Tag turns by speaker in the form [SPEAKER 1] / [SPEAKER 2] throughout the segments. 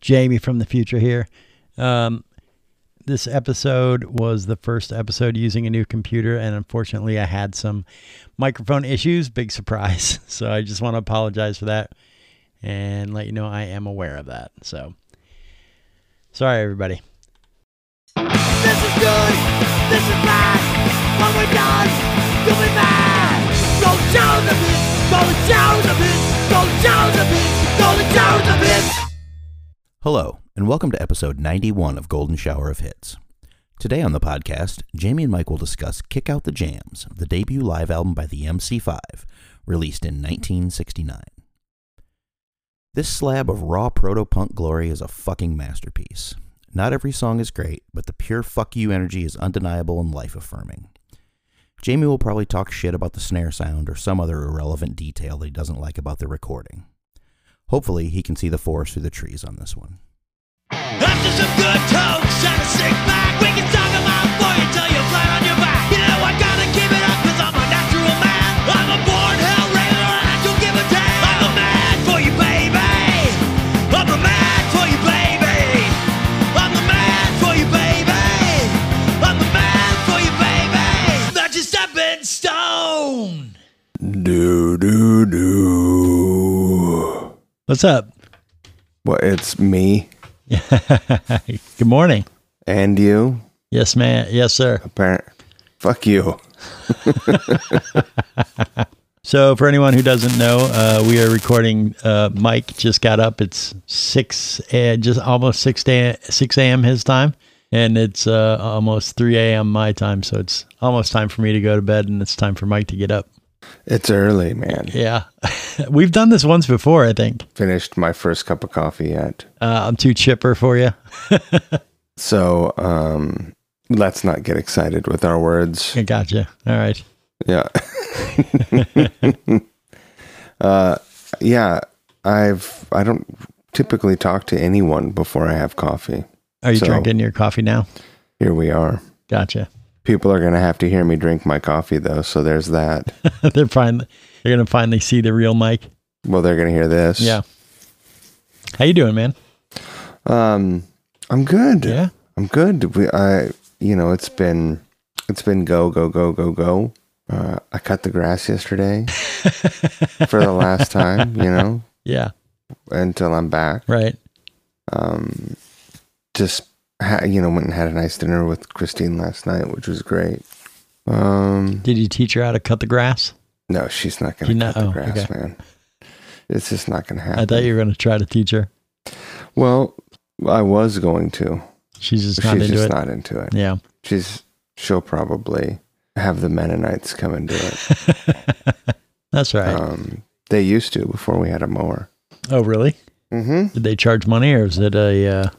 [SPEAKER 1] Jamie from the future here. Um, this episode was the first episode using a new computer, and unfortunately, I had some microphone issues. Big surprise. So I just want to apologize for that and let you know I am aware of that. So sorry, everybody.
[SPEAKER 2] This is good. This is bad. When we're done, you'll be mad. Go down the pit. Go down the pit. Go down the pit. Go down the pit.
[SPEAKER 3] Hello, and welcome to episode 91 of Golden Shower of Hits. Today on the podcast, Jamie and Mike will discuss Kick Out the Jams, the debut live album by the MC5, released in 1969. This slab of raw proto punk glory is a fucking masterpiece. Not every song is great, but the pure fuck you energy is undeniable and life affirming. Jamie will probably talk shit about the snare sound or some other irrelevant detail that he doesn't like about the recording. Hopefully, he can see the forest through the trees on this one.
[SPEAKER 2] After some good toast and a sick pack, we can talk about for you till you're flat on your back. You know I gotta keep it up i I'm a natural man. I'm a born hell raider and I don't give a damn. I'm a man for you, baby. I'm a man for you, baby. I'm the man for you, baby. I'm the man for you, baby. Not your stepping stone.
[SPEAKER 4] Do do do.
[SPEAKER 1] What's up?
[SPEAKER 4] Well, it's me
[SPEAKER 1] Good morning.
[SPEAKER 4] and you.
[SPEAKER 1] Yes, man. Yes, sir.
[SPEAKER 4] Apparent. Fuck you.
[SPEAKER 1] So, for anyone who doesn't know, uh, we are recording. Uh, Mike just got up. It's six, uh, just almost six a, six a.m. his time, and it's uh, almost three a.m. my time. So it's almost time for me to go to bed, and it's time for Mike to get up.
[SPEAKER 4] It's early, man.
[SPEAKER 1] Yeah, we've done this once before, I think.
[SPEAKER 4] Finished my first cup of coffee yet.
[SPEAKER 1] Uh, I'm too chipper for you.
[SPEAKER 4] So, um, let's not get excited with our words.
[SPEAKER 1] I gotcha. All right.
[SPEAKER 4] Yeah. uh, yeah. I've I don't typically talk to anyone before I have coffee.
[SPEAKER 1] Are you
[SPEAKER 4] So-
[SPEAKER 1] drinking your coffee now?
[SPEAKER 4] Here we are.
[SPEAKER 1] Gotcha.
[SPEAKER 4] People are gonna have to hear me drink my coffee though, so there's that.
[SPEAKER 1] they're finally they're gonna finally see the real Mike.
[SPEAKER 4] well, they're gonna hear this.
[SPEAKER 1] Yeah. How you doing, man?
[SPEAKER 4] Um, I'm good.
[SPEAKER 1] Yeah.
[SPEAKER 4] I'm good. We, I, you know, it's been, it's been go, go, go, go, go. Uh, I cut the grass yesterday for the last time, you know,
[SPEAKER 1] Yeah.
[SPEAKER 4] until I'm back.
[SPEAKER 1] Right.
[SPEAKER 4] Um, just, ha- you know, went and had a nice dinner with Christine last night, which was great. Um,
[SPEAKER 1] Did you teach her how to cut the grass?
[SPEAKER 4] no, she's not
[SPEAKER 1] She
[SPEAKER 4] going to
[SPEAKER 1] not-
[SPEAKER 4] cut the
[SPEAKER 1] oh,
[SPEAKER 4] grass,
[SPEAKER 1] okay.
[SPEAKER 4] man. It's just not going to happen.
[SPEAKER 1] I thought you were going to try to teach her.
[SPEAKER 4] well, I was going to.
[SPEAKER 1] She's just not
[SPEAKER 4] she's
[SPEAKER 1] into
[SPEAKER 4] just
[SPEAKER 1] it.
[SPEAKER 4] not into it.
[SPEAKER 1] Yeah.
[SPEAKER 4] She's she'll probably have the Mennonites come and do it.
[SPEAKER 1] That's right.
[SPEAKER 4] Um, they used to before we had a mower.
[SPEAKER 1] oh, really?
[SPEAKER 4] Mm-hmm.
[SPEAKER 1] Did they charge money or is it a, uh,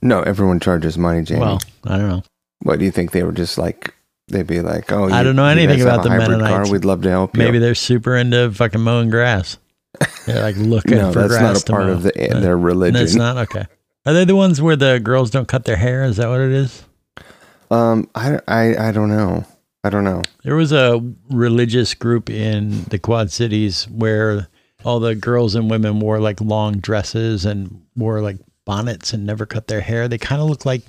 [SPEAKER 4] No, everyone charges money, Jamie.
[SPEAKER 1] well, I don't know.
[SPEAKER 4] what do you think they were just like? They'd be like, "Oh,
[SPEAKER 1] I
[SPEAKER 4] you-
[SPEAKER 1] don't know
[SPEAKER 4] you
[SPEAKER 1] anything
[SPEAKER 4] guys have
[SPEAKER 1] about
[SPEAKER 4] a
[SPEAKER 1] the
[SPEAKER 4] hybrid
[SPEAKER 1] Mennonites.
[SPEAKER 4] Car? We'd love to help
[SPEAKER 1] Maybe
[SPEAKER 4] you."
[SPEAKER 1] they're super into fucking mowing grass. They're like looking
[SPEAKER 4] no,
[SPEAKER 1] for
[SPEAKER 4] that's
[SPEAKER 1] grass.
[SPEAKER 4] not a
[SPEAKER 1] to
[SPEAKER 4] part
[SPEAKER 1] mow.
[SPEAKER 4] of the,
[SPEAKER 1] No,
[SPEAKER 4] their
[SPEAKER 1] no, it's
[SPEAKER 4] religion.
[SPEAKER 1] not? Okay. Are they the ones where the girls don't cut their hair? Is that what it is?
[SPEAKER 4] Um, I, I, I don't know. I don't know.
[SPEAKER 1] There was a religious group in the Quad Cities where all the girls and women wore like long dresses and wore like bonnets and never cut their hair. They kind of looked like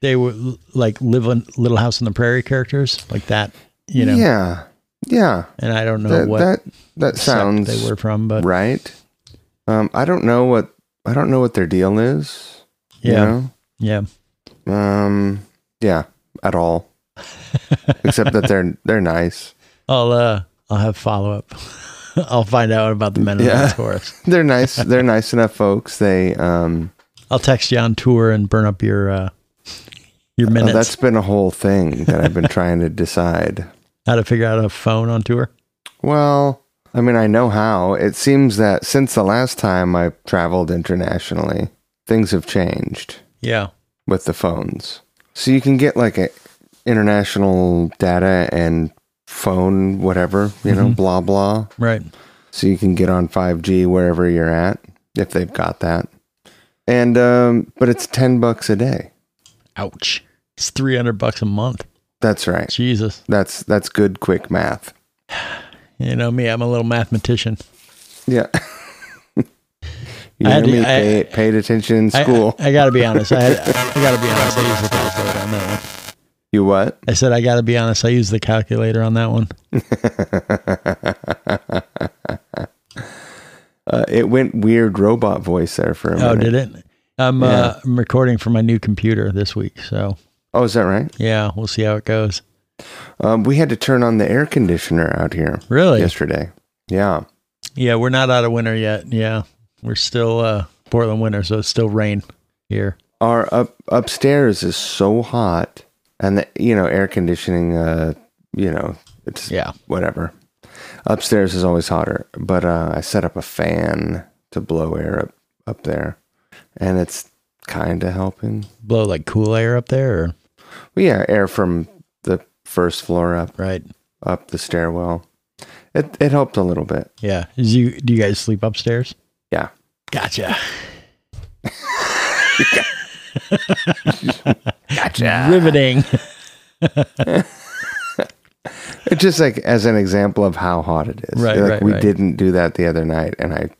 [SPEAKER 1] they were l- like live on Little House on the Prairie characters, like that, you know.
[SPEAKER 4] Yeah, yeah.
[SPEAKER 1] And I don't know
[SPEAKER 4] That
[SPEAKER 1] what
[SPEAKER 4] that that
[SPEAKER 1] sect
[SPEAKER 4] sounds
[SPEAKER 1] they were from, but
[SPEAKER 4] right. Um, I don't know what I don't know what their deal is. you
[SPEAKER 1] yeah,
[SPEAKER 4] know?
[SPEAKER 1] yeah,
[SPEAKER 4] Um, yeah, at all. Except that they're they're nice.
[SPEAKER 1] I'll uh, I'll have follow up. I'll find out about the Mennonites
[SPEAKER 4] Yeah.
[SPEAKER 1] for us.
[SPEAKER 4] They're nice. They're nice enough folks. They um
[SPEAKER 1] I'll text you on tour and burn up your uh, your
[SPEAKER 4] oh,
[SPEAKER 1] minutes.
[SPEAKER 4] that's been a whole thing that I've been trying to decide.
[SPEAKER 1] how to figure out a phone on tour.
[SPEAKER 4] Well, I mean, I know how. It seems that since the last time I traveled internationally, things have changed
[SPEAKER 1] Yeah.
[SPEAKER 4] with the phones. So you can get like a international data and phone whatever, you know, blah blah.
[SPEAKER 1] Right.
[SPEAKER 4] so you can get on 5G wherever you're at if they've got that. And um, but it's 10 bucks a day.
[SPEAKER 1] Ouch. It's 300 bucks a month.
[SPEAKER 4] That's right.
[SPEAKER 1] Jesus.
[SPEAKER 4] That's that's good quick math.
[SPEAKER 1] You know me, I'm a little mathematician.
[SPEAKER 4] Yeah. You
[SPEAKER 1] I
[SPEAKER 4] know
[SPEAKER 1] had
[SPEAKER 4] what I
[SPEAKER 1] to-
[SPEAKER 4] mean?
[SPEAKER 1] I-
[SPEAKER 4] Paid, paid attention in
[SPEAKER 1] I-
[SPEAKER 4] school.
[SPEAKER 1] I, gotta be honest. I, had, I gotta be honest. I used the calculator on that one.
[SPEAKER 4] you what?
[SPEAKER 1] I said I gotta be honest. I used the calculator on that one.
[SPEAKER 4] Uh, it went weird robot voice there for a minute.
[SPEAKER 1] Oh, did it? I'm uh, I'm recording for my new computer this week, so
[SPEAKER 4] Oh, is that right?
[SPEAKER 1] yeah, we'll see how it goes.
[SPEAKER 4] Um, we had to turn on the air conditioner out here
[SPEAKER 1] Really?
[SPEAKER 4] yesterday. Yeah.
[SPEAKER 1] Yeah, we're not out of winter yet. Yeah, we're still uh, Portland winter, so it's still rain here.
[SPEAKER 4] Our up upstairs is so hot, and the you know air conditioning. Uh, you know, it's
[SPEAKER 1] Yeah.
[SPEAKER 4] whatever. Upstairs is always hotter, but uh, I set up a fan to blow air up up there, and it's kind of helping.
[SPEAKER 1] Blow like cool air up there, or,
[SPEAKER 4] Well, yeah, air from the first floor up
[SPEAKER 1] right?
[SPEAKER 4] up the stairwell. It it helped a little bit.
[SPEAKER 1] Yeah. Is you do you guys sleep upstairs?
[SPEAKER 4] Yeah.
[SPEAKER 1] Gotcha.
[SPEAKER 4] Gotcha.
[SPEAKER 1] Riveting.
[SPEAKER 4] Just like as an example of how hot it is.
[SPEAKER 1] Right,
[SPEAKER 4] Like,
[SPEAKER 1] right,
[SPEAKER 4] we
[SPEAKER 1] right.
[SPEAKER 4] didn't do that the other night, and I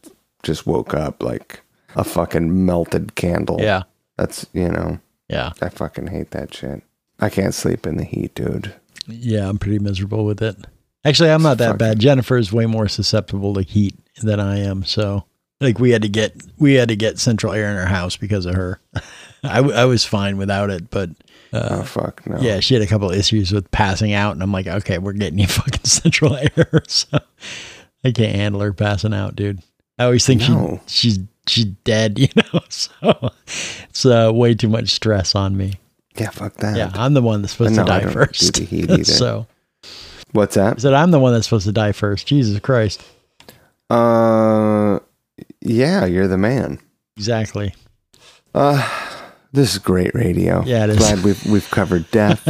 [SPEAKER 4] just woke up like a fucking melted candle.
[SPEAKER 1] Yeah.
[SPEAKER 4] That's you know
[SPEAKER 1] Yeah.
[SPEAKER 4] I fucking hate that shit. I can't sleep in the heat, dude.
[SPEAKER 1] Yeah, I'm pretty miserable with it. Actually, I'm not that
[SPEAKER 4] Fuck
[SPEAKER 1] bad. Jennifer is way more susceptible to heat than I am. So, like, we had to get we had to get central air in our house because of her. I, w- I was fine without it, but Uh,
[SPEAKER 4] oh fuck no.
[SPEAKER 1] yeah, she had a couple of issues with passing out, and I'm like, okay, we're getting you fucking central air. So I can't handle her passing out, dude. I always think
[SPEAKER 4] No.
[SPEAKER 1] she she's she's dead, you know. So it's uh, way too much stress on me.
[SPEAKER 4] Yeah, fuck that.
[SPEAKER 1] Yeah, I'm the one that's supposed
[SPEAKER 4] No,
[SPEAKER 1] to
[SPEAKER 4] I
[SPEAKER 1] die
[SPEAKER 4] don't do
[SPEAKER 1] first.
[SPEAKER 4] the heat either.
[SPEAKER 1] so
[SPEAKER 4] What's
[SPEAKER 1] I
[SPEAKER 4] that?
[SPEAKER 1] said, I'm the one that's supposed to die first. Jesus Christ.
[SPEAKER 4] Uh yeah, you're the man. Uh,
[SPEAKER 1] Exactly.
[SPEAKER 4] This is great radio.
[SPEAKER 1] Yeah, it is.
[SPEAKER 4] Glad we've we've covered death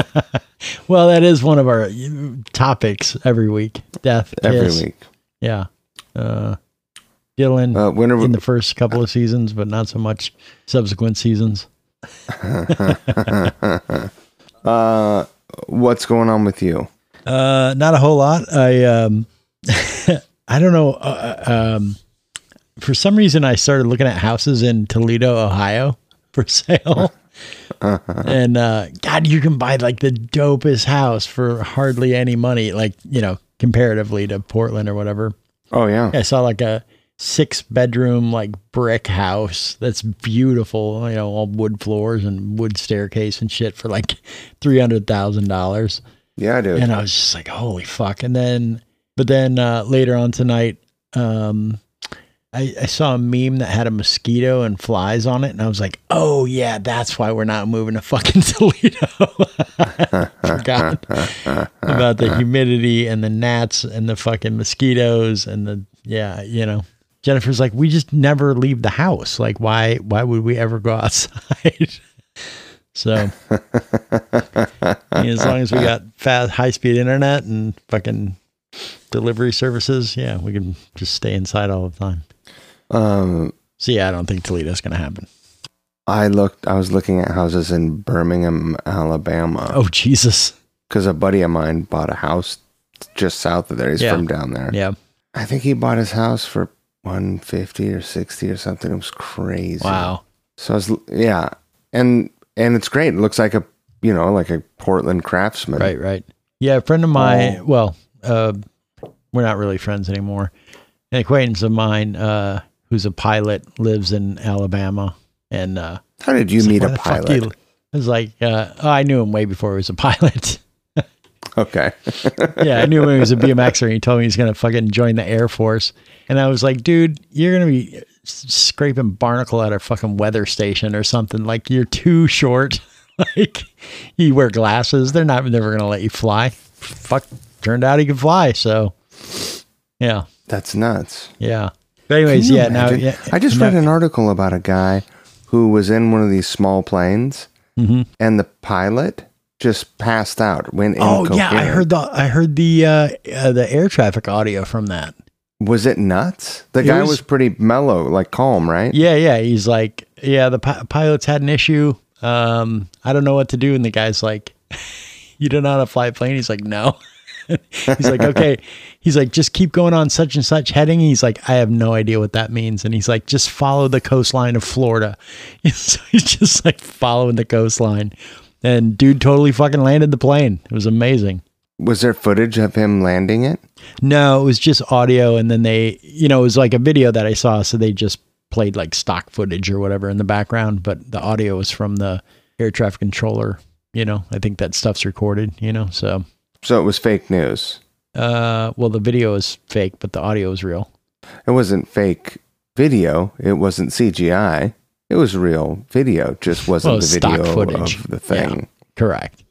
[SPEAKER 1] Well, that is one of our uh, topics every week. Death.
[SPEAKER 4] every
[SPEAKER 1] kiss.
[SPEAKER 4] week.
[SPEAKER 1] Yeah. Uh, Dylan
[SPEAKER 4] Uh, when are we,
[SPEAKER 1] in the first couple of seasons, but not so much subsequent seasons.
[SPEAKER 4] uh, what's going on with you?
[SPEAKER 1] Uh, not a whole lot. I um, I don't know. Uh, um, for some reason, I started looking at houses in Toledo, Ohio, for sale. and uh, God, you can buy like the dopest house for hardly any money, like you know, comparatively to Portland or whatever.
[SPEAKER 4] Oh yeah,
[SPEAKER 1] I saw like a six bedroom like brick house that's beautiful, you know, all wood floors and wood staircase and shit for like three hundred thousand dollars
[SPEAKER 4] yeah, dude.
[SPEAKER 1] and I was just like, "Holy fuck!" And then, but then uh, later on tonight, um, I, I saw a meme that had a mosquito and flies on it, and I was like, "Oh yeah, that's why we're not moving to fucking Toledo." I Forgot about the humidity and the gnats and the fucking mosquitoes and the yeah, you know. Jennifer's like, "We just never leave the house. Like, why? Why would we ever go outside?" so. I mean, as long as we got fast, high speed internet and fucking delivery services, yeah, we can just stay inside all the time.
[SPEAKER 4] Um,
[SPEAKER 1] So yeah, I don't think Toledo's gonna happen.
[SPEAKER 4] I looked. I was looking at houses in Birmingham, Alabama,
[SPEAKER 1] Oh Jesus!
[SPEAKER 4] because a buddy of mine bought a house just south of there. He's
[SPEAKER 1] Yeah.
[SPEAKER 4] from down there.
[SPEAKER 1] Yeah,
[SPEAKER 4] I think he bought his house for one fifty or sixty or something. It was crazy.
[SPEAKER 1] wow.
[SPEAKER 4] So I was yeah, and and it's great. It looks like a you know like a Portland craftsman.
[SPEAKER 1] Right, right. Yeah, a friend of mine. Well, uh, we're not really friends anymore. An acquaintance of mine uh, who's a pilot lives in Alabama, and uh,
[SPEAKER 4] How did you
[SPEAKER 1] it's like,
[SPEAKER 4] meet
[SPEAKER 1] why
[SPEAKER 4] a
[SPEAKER 1] the fuck
[SPEAKER 4] pilot?
[SPEAKER 1] do you- I was like, uh, oh, I knew him way before he was a pilot.
[SPEAKER 4] okay.
[SPEAKER 1] yeah, I knew when he was a BMXer er, and he told me he's going to fucking join the Air Force. And I was like, dude, you're going to be s- scraping barnacle at our fucking weather station or something. Like, you're too short. like, you wear glasses. They're not never going to let you fly. Fuck, turned out he could fly. So, yeah,
[SPEAKER 4] That's nuts.
[SPEAKER 1] yeah. But, anyways,
[SPEAKER 4] Can you
[SPEAKER 1] yeah, now,
[SPEAKER 4] imagine?
[SPEAKER 1] yeah.
[SPEAKER 4] I just
[SPEAKER 1] now-
[SPEAKER 4] read an article about a guy who was in one of these small planes,
[SPEAKER 1] Mm-hmm.
[SPEAKER 4] and the pilot just passed out. Went
[SPEAKER 1] Oh
[SPEAKER 4] incoherent.
[SPEAKER 1] yeah, I heard the I heard the uh, uh, the air traffic audio from that.
[SPEAKER 4] Was it nuts? The guy
[SPEAKER 1] was-
[SPEAKER 4] was, pretty mellow, like calm, right?
[SPEAKER 1] Yeah, yeah. He's like, yeah, the pi- pilots had an issue. Um, I don't know what to do. And the guy's like, you don't know how to fly a plane? He's like, no. he's like, okay. He's like, just keep going on such and such heading. He's like, I have no idea what that means. And he's like, just follow the coastline of Florida. And so he's just like following the coastline. And dude totally fucking landed the plane. It was amazing.
[SPEAKER 4] Was there footage of him landing it?
[SPEAKER 1] No, it was just audio. And then they, you know, it was like a video that I saw. So they just played like stock footage or whatever in the background. But the audio was from the air traffic controller. You know, I think that stuff's recorded, you know, so.
[SPEAKER 4] So it was fake news.
[SPEAKER 1] Uh, well, the video is fake, but the audio is real.
[SPEAKER 4] It wasn't fake video. It wasn't CGI. It was real video. Just wasn't
[SPEAKER 1] Well,
[SPEAKER 4] the
[SPEAKER 1] stock
[SPEAKER 4] video
[SPEAKER 1] footage.
[SPEAKER 4] of the
[SPEAKER 1] Yeah.
[SPEAKER 4] thing.
[SPEAKER 1] Correct.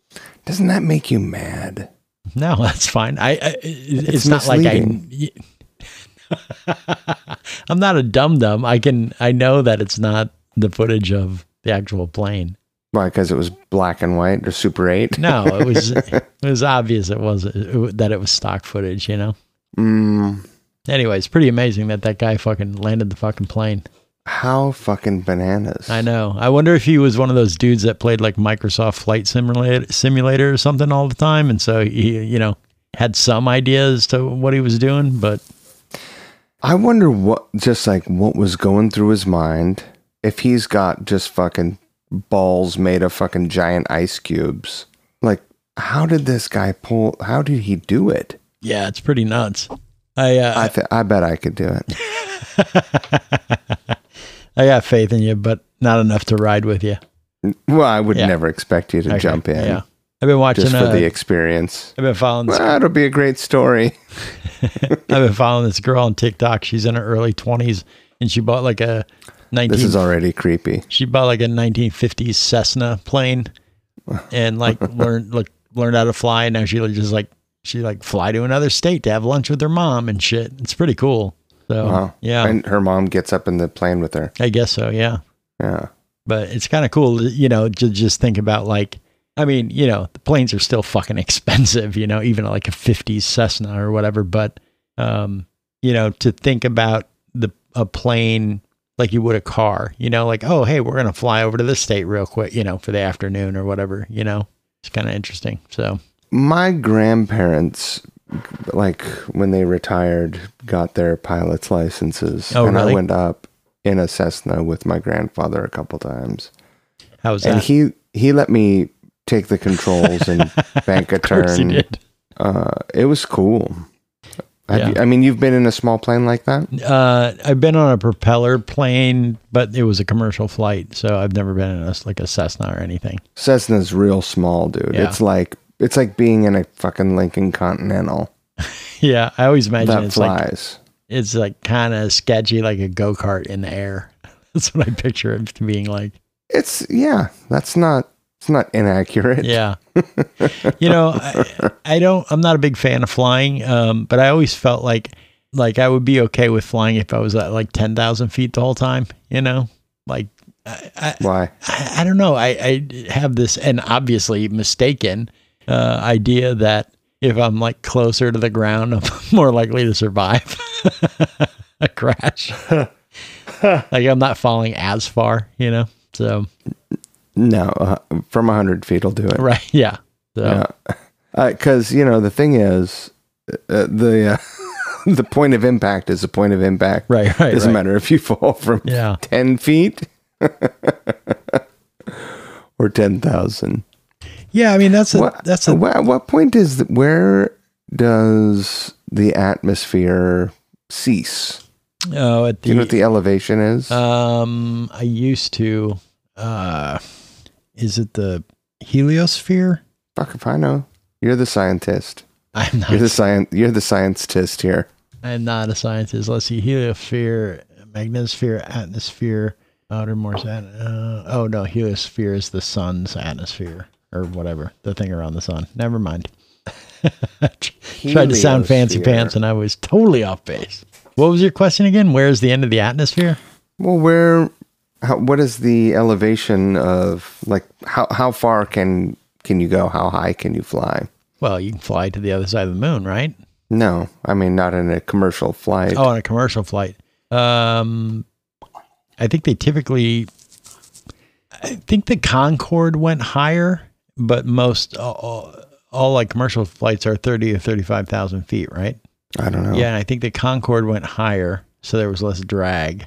[SPEAKER 4] Doesn't that make you mad?
[SPEAKER 1] No, that's fine. I, I it- it's, not like I.
[SPEAKER 4] misleading.
[SPEAKER 1] I'm not a dum dum. I can I know that it's not the footage of the actual plane.
[SPEAKER 4] Why? Because it was black and white or Super Eight.
[SPEAKER 1] No, it was it was obvious it was it, that it was stock footage. You know.
[SPEAKER 4] Mm,
[SPEAKER 1] Anyway, it's pretty amazing that that guy fucking landed the fucking plane.
[SPEAKER 4] how fucking bananas!
[SPEAKER 1] I know. I wonder if he was one of those dudes that played like Microsoft Flight Simulator, simulator or something all the time, and so he, you know, had some ideas to what he was doing, but
[SPEAKER 4] I wonder what, just like what was going through his mind if he's got just fucking balls made of fucking giant ice cubes. Like, how did this guy pull? How did he do it?
[SPEAKER 1] yeah, it's pretty nuts. I uh,
[SPEAKER 4] I th- I bet I could do it.
[SPEAKER 1] I got faith in you, but not enough to ride with you.
[SPEAKER 4] Well, I would
[SPEAKER 1] Yeah.
[SPEAKER 4] never expect you to
[SPEAKER 1] Okay,
[SPEAKER 4] jump in
[SPEAKER 1] Yeah, I've been watching.
[SPEAKER 4] just for
[SPEAKER 1] uh,
[SPEAKER 4] the experience.
[SPEAKER 1] I've been following. This,
[SPEAKER 4] Ah, it'll be a great story.
[SPEAKER 1] I've been following this girl on TikTok. She's in her early twenties, and she bought like a
[SPEAKER 4] This
[SPEAKER 1] nineteen.
[SPEAKER 4] is already creepy.
[SPEAKER 1] she bought like a 1950s Cessna plane, and like learned like learned how to fly. And now she like, just like she like fly to another state to have lunch with her mom and shit. It's pretty cool. So
[SPEAKER 4] Wow.
[SPEAKER 1] yeah,
[SPEAKER 4] And her mom gets up in the plane with her.
[SPEAKER 1] I guess so. Yeah.
[SPEAKER 4] Yeah.
[SPEAKER 1] but it's kind of cool, you know, to just think about like, I mean, you know, the planes are still fucking expensive, you know, even like a 50s Cessna or whatever. But, um, you know, to think about the a plane like you would a car, you know, like, oh, hey, we're going to fly over to this state real quick, you know, for the afternoon or whatever, you know, it's kind of interesting. So,
[SPEAKER 4] my grandparents like when they retired got their pilot's licenses
[SPEAKER 1] Oh,
[SPEAKER 4] and
[SPEAKER 1] really?
[SPEAKER 4] i went up in a cessna with my grandfather a couple times
[SPEAKER 1] how's
[SPEAKER 4] and
[SPEAKER 1] that?
[SPEAKER 4] he he let me take the controls and bank a
[SPEAKER 1] Of course he
[SPEAKER 4] turn
[SPEAKER 1] did.
[SPEAKER 4] uh, it was cool Have
[SPEAKER 1] Yeah.
[SPEAKER 4] you, i mean you've been in a small plane like that
[SPEAKER 1] Uh, I've been on a propeller plane, but it was a commercial flight. So I've never been in a, like a Cessna or anything.
[SPEAKER 4] cessna's real small dude
[SPEAKER 1] Yeah.
[SPEAKER 4] it's like it's like being in a fucking lincoln continental
[SPEAKER 1] Yeah. I always imagine
[SPEAKER 4] that
[SPEAKER 1] it's like
[SPEAKER 4] flies
[SPEAKER 1] it's like kind of sketchy, like a go kart in the air. That's what I picture it being like.
[SPEAKER 4] it's yeah that's not it's not inaccurate
[SPEAKER 1] Yeah, you know, I, I don't. I'm not a big fan of flying, um, but I always felt like like I would be okay with flying if I was at like ten thousand feet the whole time. You know, like I, I,
[SPEAKER 4] why
[SPEAKER 1] I, I don't know. I, I have this, and obviously mistaken, uh, idea that if I'm like closer to the ground, I'm more likely to survive a crash. like I'm not falling as far, you know? So,
[SPEAKER 4] No, uh, from 100 feet will do it.
[SPEAKER 1] right. Yeah. So,
[SPEAKER 4] Because, you know, the thing is, uh, the uh, the point of impact is the point of impact.
[SPEAKER 1] right, right.
[SPEAKER 4] Doesn't
[SPEAKER 1] right.
[SPEAKER 4] matter if you fall from
[SPEAKER 1] Yeah.
[SPEAKER 4] 10 feet or 10,000.
[SPEAKER 1] Yeah. I mean, that's a,
[SPEAKER 4] What,
[SPEAKER 1] that's a,
[SPEAKER 4] what, what point is, th- where does the atmosphere cease?
[SPEAKER 1] oh, at
[SPEAKER 4] Do you know what
[SPEAKER 1] the,
[SPEAKER 4] the elevation is?
[SPEAKER 1] um, I used to, uh, is it the heliosphere?
[SPEAKER 4] Fuck if I know. You're the scientist.
[SPEAKER 1] I'm not
[SPEAKER 4] You're the science. You're the scientist here.
[SPEAKER 1] I'm not a scientist. Let's see. Heliosphere, magnetosphere, atmosphere, outer Morse. At- uh, oh, no. Heliosphere is the sun's atmosphere or whatever. The thing around the sun. Never mind. Tried to sound fancy
[SPEAKER 4] Heliosphere.
[SPEAKER 1] pants and I was totally off base. What was your question again? Where's the end of the atmosphere?
[SPEAKER 4] Well, where, how, what is the elevation of like how how far can can you go? How high can you fly?
[SPEAKER 1] Well, you can fly to the other side of the moon, right?
[SPEAKER 4] No, I mean not in a commercial flight.
[SPEAKER 1] Oh, on a commercial flight. Um, I think they typically. I think the Concorde went higher, but most uh, uh, all like commercial flights are 30 to 35,000 feet, right?
[SPEAKER 4] I don't know.
[SPEAKER 1] Yeah. And I think the Concorde went higher. So there was less drag.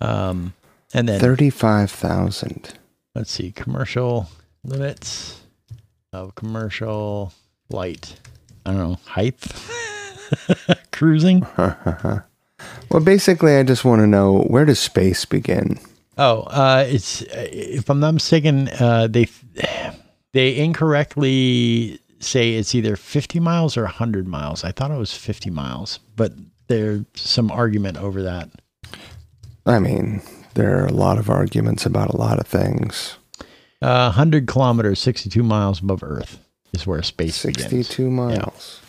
[SPEAKER 1] Um, and then
[SPEAKER 4] 35,000.
[SPEAKER 1] let's see, commercial limits of commercial light. I don't know, height, cruising.
[SPEAKER 4] Well, basically, I just want to know where does space begin?
[SPEAKER 1] Oh, uh, it's if I'm not mistaken, uh, they they incorrectly say it's either 50 miles or 100 miles. I thought it was 50 miles, but there's some argument over that.
[SPEAKER 4] I mean, there are a lot of arguments about a lot of things.
[SPEAKER 1] Uh, 100 kilometers, 62 miles above Earth is where space begins.
[SPEAKER 4] 62 miles.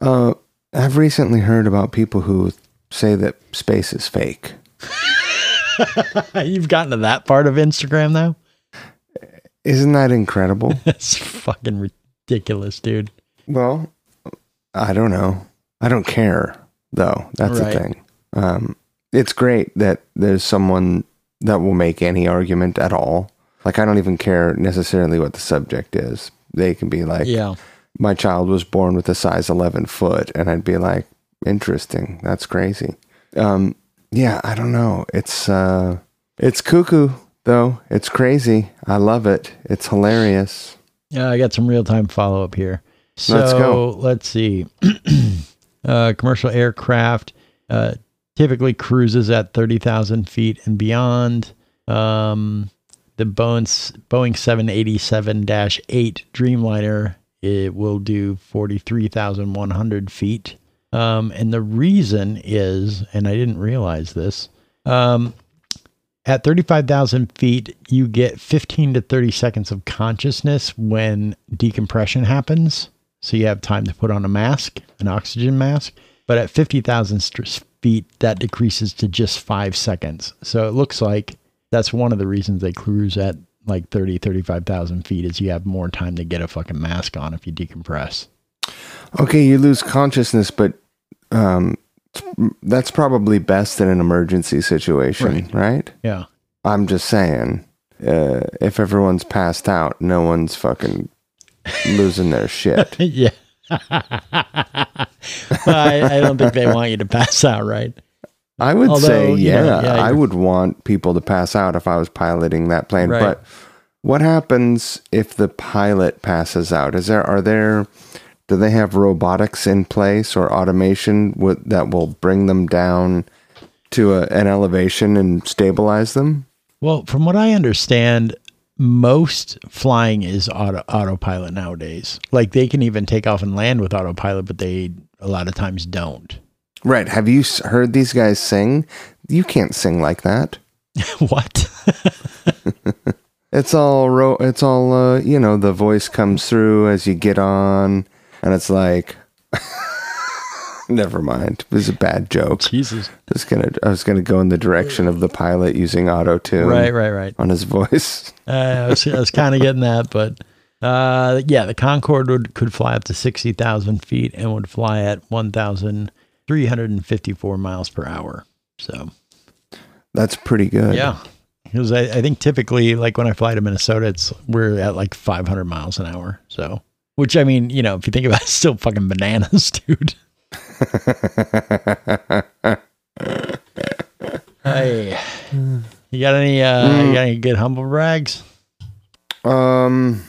[SPEAKER 4] Uh, I've recently heard about people who say that space is fake.
[SPEAKER 1] You've gotten to that part of Instagram now.
[SPEAKER 4] Isn't that incredible?
[SPEAKER 1] That's fucking ridiculous, dude.
[SPEAKER 4] Well, I don't know. I don't care though. That's
[SPEAKER 1] Right.
[SPEAKER 4] the thing. Um, it's great that there's someone that will make any argument at all. Like I don't even care necessarily what the subject is. They can be like,
[SPEAKER 1] Yeah.
[SPEAKER 4] "My child was born with a size 11 foot," and I'd be like, "Interesting. That's crazy." Um, yeah, I don't know. It's uh, it's cuckoo though. It's crazy. I love it. It's hilarious.
[SPEAKER 1] Yeah, I got some real time follow up here. So
[SPEAKER 4] Let's
[SPEAKER 1] let's,
[SPEAKER 4] go.
[SPEAKER 1] see. uh, commercial aircraft uh, typically cruises at 30,000 feet and beyond. Um, the Boeing, Boeing 787 8 Dreamliner it will do 43,100 feet. Um, and the reason is, and I didn't realize this, um, at 35,000 feet, you get 15 to 30 seconds of consciousness when decompression happens. So you have time to put on a mask, an oxygen mask. But at 50,000 st- feet, that decreases to just five seconds. So it looks like that's one of the reasons they cruise at like 30, 35,000 feet is you have more time to get a fucking mask on if you decompress.
[SPEAKER 4] Okay, you lose consciousness, but um, that's probably best in an emergency situation, right?
[SPEAKER 1] Yeah.
[SPEAKER 4] I'm just saying, uh, if everyone's passed out, no one's fucking losing their shit.
[SPEAKER 1] yeah. I, I don't think they want you to pass out, right?
[SPEAKER 4] I would
[SPEAKER 1] Although,
[SPEAKER 4] say,
[SPEAKER 1] you know,
[SPEAKER 4] yeah,
[SPEAKER 1] yeah,
[SPEAKER 4] I
[SPEAKER 1] you're-
[SPEAKER 4] would want people to pass out if I was piloting that plane.
[SPEAKER 1] Right.
[SPEAKER 4] But what happens if the pilot passes out? Is there are there do they have robotics in place or automation with, that will bring them down to a, an elevation and stabilize them?
[SPEAKER 1] Well, from what I understand, most flying is auto autopilot nowadays. Like they can even take off and land with autopilot, but they a lot of times don't.
[SPEAKER 4] Right? Have you s- heard these guys sing? You can't sing like that.
[SPEAKER 1] what?
[SPEAKER 4] It's all ro- it's all uh, you know. The voice comes through as you get on, and it's like, never mind. It was a bad joke.
[SPEAKER 1] Jesus.
[SPEAKER 4] I was gonna I was gonna go in the direction of the pilot using auto tune
[SPEAKER 1] Right, right, right.
[SPEAKER 4] on his voice.
[SPEAKER 1] Uh, I was, I was kind of getting that, but uh, yeah, the Concorde would, could fly up to 60,000 feet and would fly at 1,354 miles per hour. So,
[SPEAKER 4] That's pretty good.
[SPEAKER 1] yeah. Because I, I think typically, like when I fly to Minnesota, it's we're at like 500 miles an hour. So, which I mean, you know, if you think about it, it's still fucking bananas, dude. hey, you got any, uh, you got any good humble brags?
[SPEAKER 4] Um,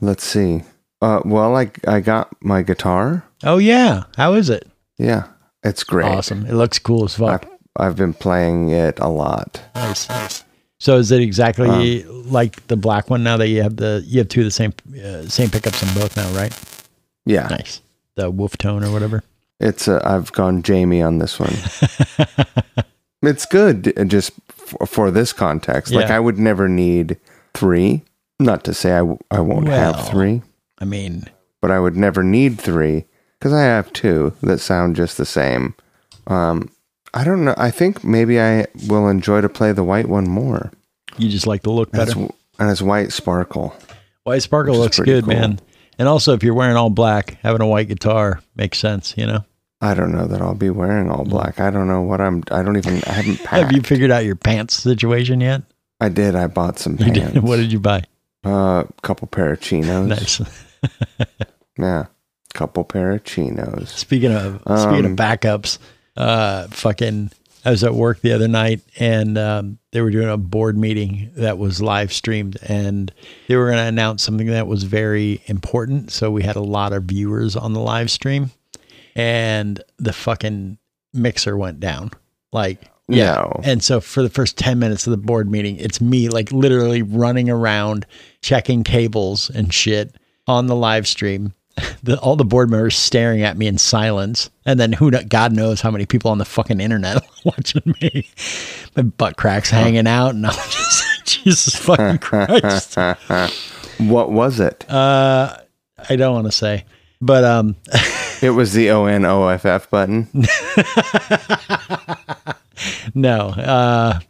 [SPEAKER 4] let's see. Uh, well, I I got my guitar.
[SPEAKER 1] Oh, yeah. How is it?
[SPEAKER 4] Yeah, it's great.
[SPEAKER 1] Awesome. It looks cool as
[SPEAKER 4] I,
[SPEAKER 1] fuck.
[SPEAKER 4] I've been playing it a lot.
[SPEAKER 1] Nice. So is it exactly like the black one now that you have the you have two of the same uh, same pickups on both now, right?
[SPEAKER 4] Yeah,
[SPEAKER 1] Nice. The wolf tone or whatever.
[SPEAKER 4] It's i I've gone Jamie on this one. it's good uh, just for, for this context. Like
[SPEAKER 1] Yeah.
[SPEAKER 4] I would never need three. Not to say I, w- I won't
[SPEAKER 1] Well.
[SPEAKER 4] have three,
[SPEAKER 1] I mean,
[SPEAKER 4] but I would never need three because I have two that sound just the same. Um, I don't know. I think maybe I will enjoy to play the white one more.
[SPEAKER 1] you just like the look
[SPEAKER 4] And
[SPEAKER 1] better.
[SPEAKER 4] it's, and it's white sparkle.
[SPEAKER 1] white sparkle
[SPEAKER 4] which is
[SPEAKER 1] looks
[SPEAKER 4] pretty
[SPEAKER 1] good,
[SPEAKER 4] cool.
[SPEAKER 1] man. And also, if you're wearing all black, having a white guitar makes sense. You know.
[SPEAKER 4] I don't know that I'll be wearing all black. I don't know what I'm. I don't even. I haven't packed.
[SPEAKER 1] Mm. Have you figured out your pants situation yet?
[SPEAKER 4] I did. I bought some
[SPEAKER 1] You
[SPEAKER 4] pants. Uh,
[SPEAKER 1] did. What did you buy?
[SPEAKER 4] A couple pair of chinos.
[SPEAKER 1] Nice.
[SPEAKER 4] Yeah. Couple pair of chinos.
[SPEAKER 1] Speaking of speaking of
[SPEAKER 4] Um,
[SPEAKER 1] backups, uh, fucking, I was at work the other night and um, they were doing a board meeting that was live streamed, and they were going to announce something that was very important. So we had a lot of viewers on the live stream, and the fucking mixer went down. Like,
[SPEAKER 4] No.
[SPEAKER 1] and so for the first 10 minutes of the board meeting, it's me like literally running around checking cables and shit on the live stream. The, all the board members staring at me in silence, and then who kno- God knows how many people on the fucking internet are watching me. My butt cracks hanging out, and I'm just like, Jesus fucking Christ.
[SPEAKER 4] What was it?
[SPEAKER 1] Uh, I don't want to say, but um,
[SPEAKER 4] it was the O N O F F button.
[SPEAKER 1] no. Uh,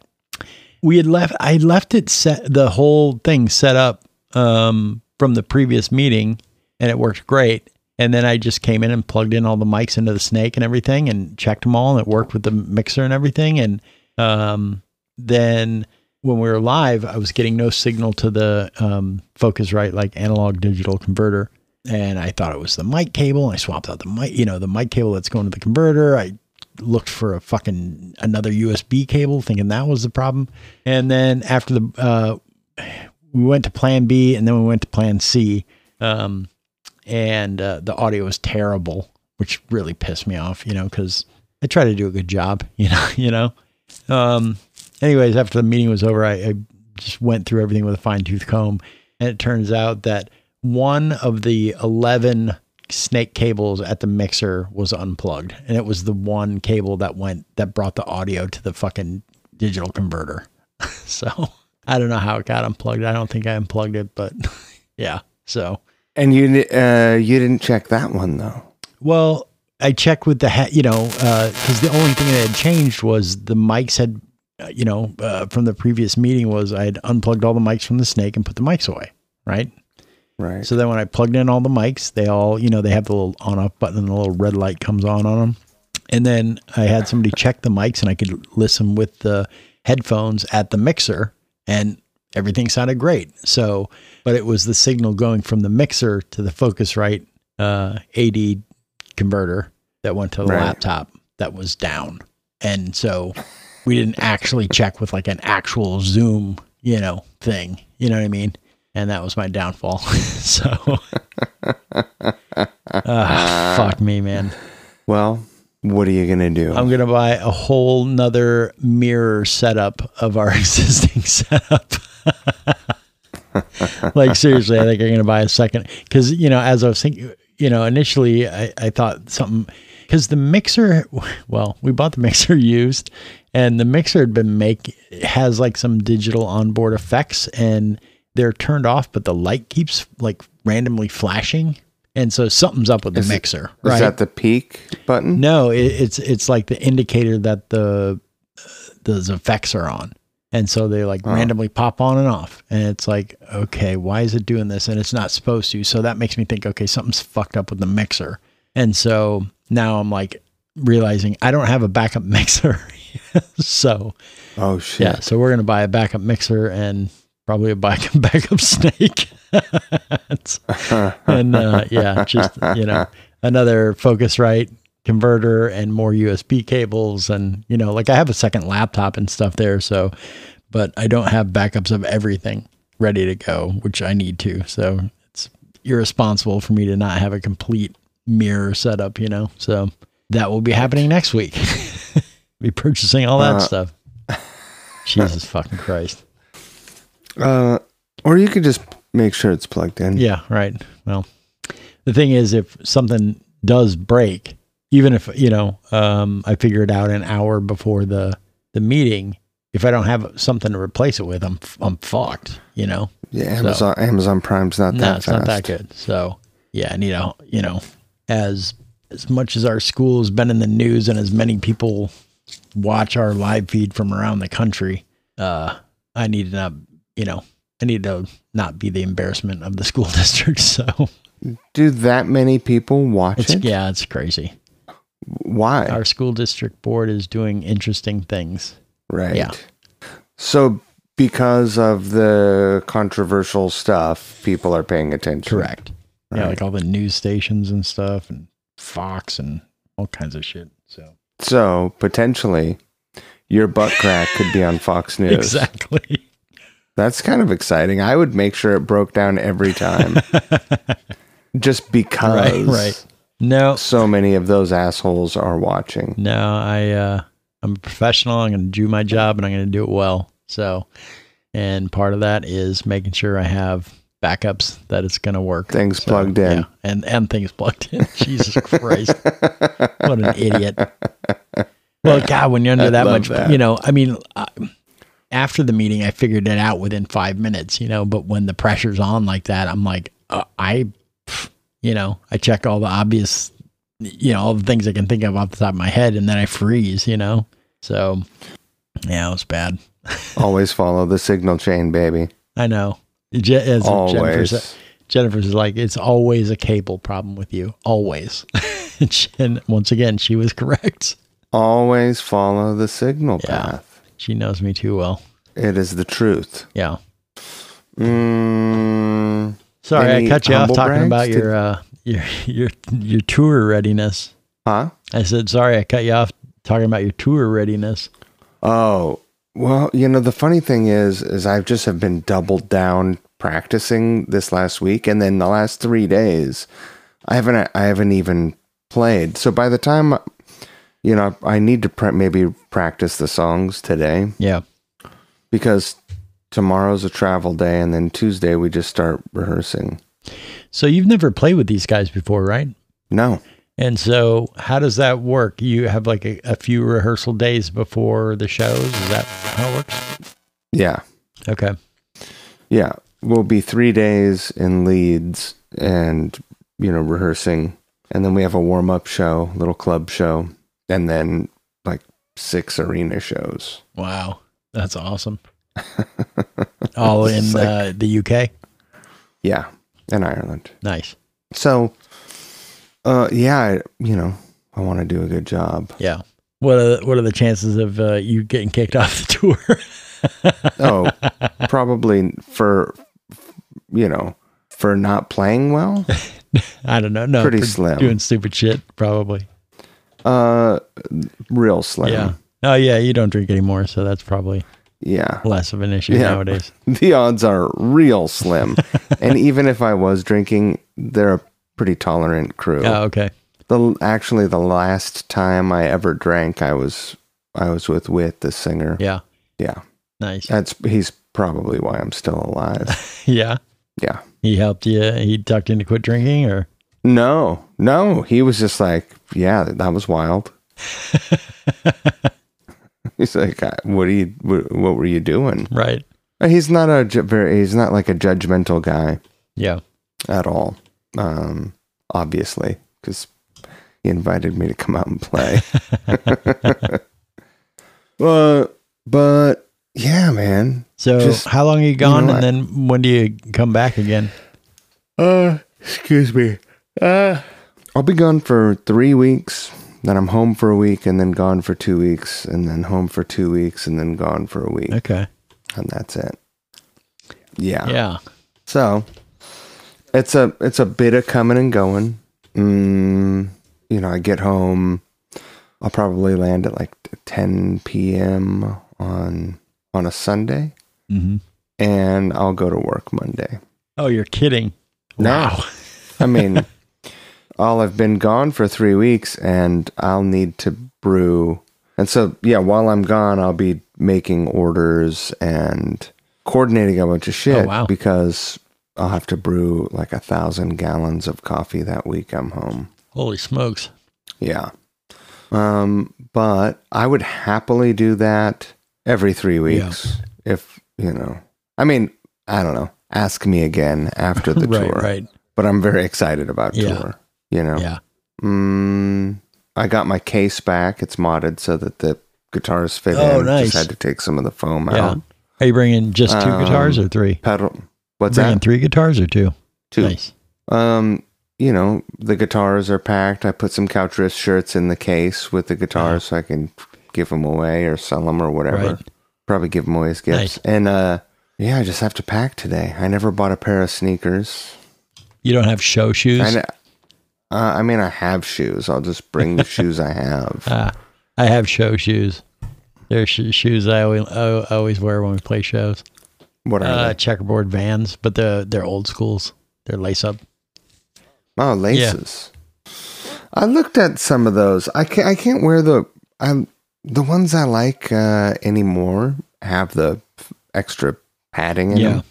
[SPEAKER 1] we had left. I left it set the whole thing set up um, from the previous meeting, and it worked great. And then I just came in and plugged in all the mics into the snake and everything, and checked them all, and it worked with the mixer and everything. And um, then when we were live, I was getting no signal to the um, Focusrite like analog digital converter, and I thought it was the mic cable. And I swapped out the mic, you know, the mic cable that's going to the converter. I looked for a fucking another USB cable, thinking that was the problem. And then after the uh, we went to Plan B, and then we went to Plan C, um, and uh, the audio was terrible, which really pissed me off, you know, because I try to do a good job, you know, you know. Um, anyways, after the meeting was over, I, I just went through everything with a fine tooth comb, and it turns out that one of the eleven snake cables at the mixer was unplugged, and it was the one cable that went that brought the audio to the fucking digital converter. so I don't know how it got unplugged. I don't think I unplugged it, but yeah. So
[SPEAKER 4] And you di- uh, you didn't check that one though.
[SPEAKER 1] well, I checked with the ha- you know because the only thing that had changed was the mics had uh, you know uh, from the previous meeting was I had unplugged all the mics from the snake and put the mics away, right?
[SPEAKER 4] Right.
[SPEAKER 1] So then when I plugged in all the mics, they all, you know, they have the little on off button and the little red light comes on on them. And then I had somebody check the mics and I could listen with the headphones at the mixer and everything sounded great. So, but it was the signal going from the mixer to the Focusrite uh, AD converter that went to the
[SPEAKER 4] Right.
[SPEAKER 1] laptop that was down. And so we didn't actually check with like an actual Zoom, you know, thing. You know what I mean? And that was my downfall. so, Ah, fuck me, man.
[SPEAKER 4] Well, what are you gonna do?
[SPEAKER 1] I'm going to buy a whole nother mirror setup of our existing setup. like, seriously, I think I'm going to buy a second. Because, you know, as I was thinking, you know, initially I, I thought something, because the mixer, well, we bought the mixer used, and the mixer had been make has like some digital onboard effects, and they're turned off, but the light keeps like randomly flashing. And so something's up with the mixer,
[SPEAKER 4] Is
[SPEAKER 1] right?
[SPEAKER 4] that the peak button?
[SPEAKER 1] No, it, it's it's like the indicator that the those effects are on, and so they like randomly pop on and off, and it's like, okay, why is it doing this? And it's not supposed to. So that makes me think, okay, something's fucked up with the mixer, and so now I'm like realizing I don't have a backup mixer, so
[SPEAKER 4] Oh shit.
[SPEAKER 1] yeah, so we're gonna buy a backup mixer and probably a backup backup snake, It's- and uh, yeah, just you know another Focusrite converter and more USB cables, and you know like I have a second laptop and stuff there, so but I don't have backups of everything ready to go, which I need to. So it's irresponsible for me to not have a complete mirror setup, you know. So that will be happening next week. be purchasing all that stuff. Jesus fucking Christ.
[SPEAKER 4] Uh, or you could just make sure it's plugged in.
[SPEAKER 1] Yeah, right. Well, the thing is, if something does break, even if you know, um, I figure it out an hour before the the meeting. If I don't have something to replace it with, I'm I'm fucked. You know,
[SPEAKER 4] Yeah, Amazon Amazon Prime's not
[SPEAKER 1] no,
[SPEAKER 4] that
[SPEAKER 1] it's
[SPEAKER 4] fast.
[SPEAKER 1] not that good. So yeah, I need a you know, as as much as our school has been in the news and as many people watch our live feed from around the country, uh, I need to not you know, I need to not be the embarrassment of the school district. So
[SPEAKER 4] Do that many people watch
[SPEAKER 1] it's
[SPEAKER 4] it?
[SPEAKER 1] yeah, it's crazy.
[SPEAKER 4] Why?
[SPEAKER 1] Our school district board is doing interesting things.
[SPEAKER 4] right.
[SPEAKER 1] yeah.
[SPEAKER 4] So because of the controversial stuff, people are paying attention.
[SPEAKER 1] Yeah,
[SPEAKER 4] Right.
[SPEAKER 1] like all the news stations and stuff, and Fox and all kinds of shit. So
[SPEAKER 4] So potentially, your butt crack could be on Fox News.
[SPEAKER 1] exactly.
[SPEAKER 4] That's kind of exciting. I would make sure it broke down every time, just because
[SPEAKER 1] right. No,
[SPEAKER 4] so many of those assholes are watching.
[SPEAKER 1] no, I uh, I'm a professional. I'm going to do my job, and I'm going to do it well. So, and part of that is making sure I have backups that it's going to work.
[SPEAKER 4] Things
[SPEAKER 1] So,
[SPEAKER 4] plugged in.
[SPEAKER 1] yeah, and and things plugged in. Jesus Christ, what an idiot! Well, God, when you're under
[SPEAKER 4] I
[SPEAKER 1] that
[SPEAKER 4] love
[SPEAKER 1] much,
[SPEAKER 4] that.
[SPEAKER 1] you know, I mean. I, after the meeting, I figured it out within five minutes, you know. But when the pressure's on like that, I'm like, uh, I, pff, you know, I check all the obvious, you know, all the things I can think of off the top of my head, and then I freeze, you know. So, yeah, it was bad.
[SPEAKER 4] Always follow the signal chain, baby.
[SPEAKER 1] I know. Je- as Jennifer,
[SPEAKER 4] Always.
[SPEAKER 1] said- Jennifer's like, it's always a cable problem with you, always. and, she- and once again, she was correct.
[SPEAKER 4] Always follow the signal
[SPEAKER 1] Yeah.
[SPEAKER 4] path.
[SPEAKER 1] She knows me too well.
[SPEAKER 4] It is the truth.
[SPEAKER 1] Yeah.
[SPEAKER 4] Mm,
[SPEAKER 1] Sorry,
[SPEAKER 4] Any
[SPEAKER 1] I cut you off
[SPEAKER 4] humble
[SPEAKER 1] talking
[SPEAKER 4] brags?
[SPEAKER 1] about
[SPEAKER 4] Did-
[SPEAKER 1] your uh, your your your tour readiness.
[SPEAKER 4] huh?
[SPEAKER 1] I said sorry, I cut you off talking about your tour readiness.
[SPEAKER 4] Oh, well, you know, the funny thing is, is I've just have been doubled down practicing this last week, and then the last three days, I haven't, I haven't even played. So by the time, you know, I need to pre- maybe practice the songs today
[SPEAKER 1] Yeah,
[SPEAKER 4] because tomorrow's a travel day, and then Tuesday we just start rehearsing.
[SPEAKER 1] So you've never played with these guys before, right?
[SPEAKER 4] No,
[SPEAKER 1] And so how does that work? You have like a, a few rehearsal days before the shows. Is that how it works?
[SPEAKER 4] yeah,
[SPEAKER 1] Okay.
[SPEAKER 4] yeah, we'll be three days in Leeds, and you know, rehearsing. And then we have a warm up show, little club show, and then like six arena shows.
[SPEAKER 1] Wow, that's awesome. All in
[SPEAKER 4] It's
[SPEAKER 1] uh, the UK.
[SPEAKER 4] Yeah. And Ireland.
[SPEAKER 1] Nice.
[SPEAKER 4] So, uh, yeah, I, you know, I want to do a good job.
[SPEAKER 1] Yeah. What are what are the chances of uh, you getting kicked off the tour?
[SPEAKER 4] Oh, probably for, you know, for not playing well.
[SPEAKER 1] I don't know. No,
[SPEAKER 4] Pretty
[SPEAKER 1] for
[SPEAKER 4] slim.
[SPEAKER 1] Doing stupid shit, probably.
[SPEAKER 4] Uh, real slim.
[SPEAKER 1] Yeah. Oh yeah, you don't drink anymore, so that's probably
[SPEAKER 4] Yeah.
[SPEAKER 1] less of an issue
[SPEAKER 4] Yeah.
[SPEAKER 1] nowadays.
[SPEAKER 4] The odds are real slim. and even if I was drinking, they're a pretty tolerant crew.
[SPEAKER 1] Oh, okay.
[SPEAKER 4] The actually the last time I ever drank, I was I was with Wit, the singer.
[SPEAKER 1] Yeah.
[SPEAKER 4] Yeah.
[SPEAKER 1] Nice.
[SPEAKER 4] That's he's probably why I'm still alive.
[SPEAKER 1] Yeah.
[SPEAKER 4] yeah.
[SPEAKER 1] He helped you. He talked you into quit drinking, or
[SPEAKER 4] No, no, he was just like, yeah, that was wild. he's like, "I- what are you? What, what were you doing?
[SPEAKER 1] right?
[SPEAKER 4] He's not a ju- very. He's not like a judgmental guy
[SPEAKER 1] Yeah.
[SPEAKER 4] at all. Um, obviously, because he invited me to come out and play. but but yeah, man.
[SPEAKER 1] So
[SPEAKER 4] Just,
[SPEAKER 1] how long are you gone,
[SPEAKER 4] know, I-
[SPEAKER 1] and then when do you come back again?
[SPEAKER 4] Uh, excuse me. Uh, I'll be gone for three weeks. Then I'm home for a week, and then gone for two weeks, and then home for two weeks, and then gone for a week,
[SPEAKER 1] Okay.
[SPEAKER 4] and that's it. Yeah.
[SPEAKER 1] Yeah.
[SPEAKER 4] So it's a it's a bit of coming and going. Mm, you know, I get home. I'll probably land at like 10 p.m. on on a Sunday,
[SPEAKER 1] hmm
[SPEAKER 4] and I'll go to work Monday.
[SPEAKER 1] Oh, you're kidding.
[SPEAKER 4] No.
[SPEAKER 1] Wow.
[SPEAKER 4] I mean, I'll have been gone for three weeks and I'll need to brew. And so, yeah, while I'm gone, I'll be making orders and coordinating a bunch of shit
[SPEAKER 1] Oh, wow.
[SPEAKER 4] because I'll have to brew like a thousand gallons of coffee that week I'm home.
[SPEAKER 1] Holy smokes.
[SPEAKER 4] Yeah. Um, but I would happily do that every three weeks if, you know, I mean, I don't know. Ask me again after the
[SPEAKER 1] right.
[SPEAKER 4] tour
[SPEAKER 1] Right.
[SPEAKER 4] but I'm very excited about
[SPEAKER 1] Yeah.
[SPEAKER 4] tour. You know,
[SPEAKER 1] Yeah.
[SPEAKER 4] mm, I got my case back. It's modded so that the guitars fit
[SPEAKER 1] Oh,
[SPEAKER 4] in.
[SPEAKER 1] nice.
[SPEAKER 4] Just had to take some of the foam
[SPEAKER 1] Yeah.
[SPEAKER 4] out.
[SPEAKER 1] Are you bringing just two
[SPEAKER 4] Um,
[SPEAKER 1] guitars or three?
[SPEAKER 4] Pedal. What's
[SPEAKER 1] bringing
[SPEAKER 4] that?
[SPEAKER 1] three guitars or two?
[SPEAKER 4] Two.
[SPEAKER 1] Nice.
[SPEAKER 4] Um, you know, the guitars are packed. I put some couch wrist shirts in the case with the guitars so I can give them away or sell them or whatever.
[SPEAKER 1] Right.
[SPEAKER 4] Probably give them away as gifts.
[SPEAKER 1] Nice.
[SPEAKER 4] And uh, yeah, I just have to pack today. I never bought a pair of sneakers.
[SPEAKER 1] You don't have show shoes.
[SPEAKER 4] I, kn- uh, I mean, I have shoes. I'll just bring the shoes I have.
[SPEAKER 1] Ah, I have show shoes. They're sh- shoes I always, I always wear when we play shows.
[SPEAKER 4] What are
[SPEAKER 1] Uh, checkerboard Vans, but the they're old schools. They're lace up.
[SPEAKER 4] they? Oh, laces. I looked at some of those. I can't. I can't wear the. I'm the ones I like uh, anymore. Have the f- extra padding in
[SPEAKER 1] Yeah.
[SPEAKER 4] them.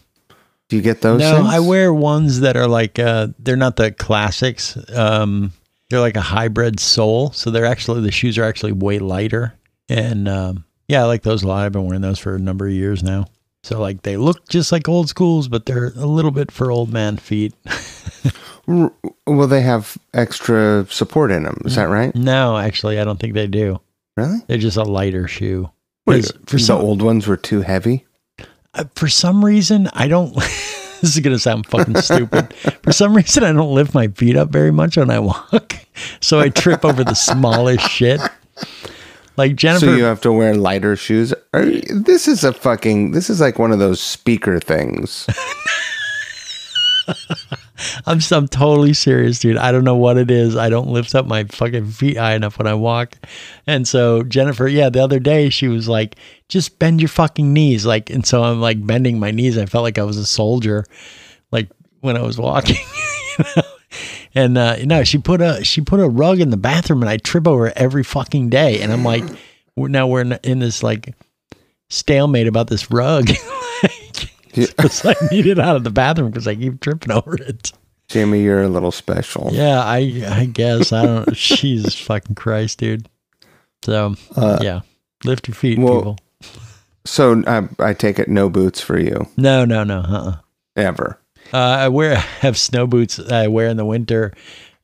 [SPEAKER 4] Do you get those?
[SPEAKER 1] No,
[SPEAKER 4] things?
[SPEAKER 1] I wear ones that are like uh, they're not the classics. Um, they're like a hybrid sole, so they're actually the shoes are actually way lighter. And um, yeah, I like those a lot. I've been wearing those for a number of years now. So like they look just like old schools, but they're a little bit for old man feet.
[SPEAKER 4] R- Well, they have extra support in them. Is that right?
[SPEAKER 1] no, actually, I don't think they do.
[SPEAKER 4] Really?
[SPEAKER 1] They're just a lighter shoe.
[SPEAKER 4] Wait,
[SPEAKER 1] 'Cause for
[SPEAKER 4] the
[SPEAKER 1] some
[SPEAKER 4] old ones were too heavy.
[SPEAKER 1] uh, for some reason I don't. this is gonna sound fucking stupid. For some reason I don't lift my feet up very much when I walk, so I trip over the smallest shit. Like Jennifer,
[SPEAKER 4] So you have to wear lighter shoes. Are you- this is a fucking. This is like one of those speaker things.
[SPEAKER 1] I'm s- I'm totally serious, dude. I don't know what it is. I don't lift up my fucking feet high enough when I walk. And so Jennifer, yeah, the other day she was like, "Just bend your fucking knees." Like, and so I'm like bending my knees. I felt like I was a soldier, like when I was walking. you know? And uh, no, she put a she put a rug in the bathroom, and I trip over it every fucking day. And I'm like, we're, now we're in, in this like stalemate about this rug. like, so I need it out of the bathroom because I keep tripping over it.
[SPEAKER 4] Jamie, you're a little special.
[SPEAKER 1] Yeah, I I guess I don't. Jesus fucking Christ, dude. So yeah, lift your feet,
[SPEAKER 4] Uh, well-
[SPEAKER 1] people.
[SPEAKER 4] So I, I take it no boots for you
[SPEAKER 1] No, no, no. Uh-uh.
[SPEAKER 4] ever.
[SPEAKER 1] Uh, I wear I have snow boots. that I wear in the winter,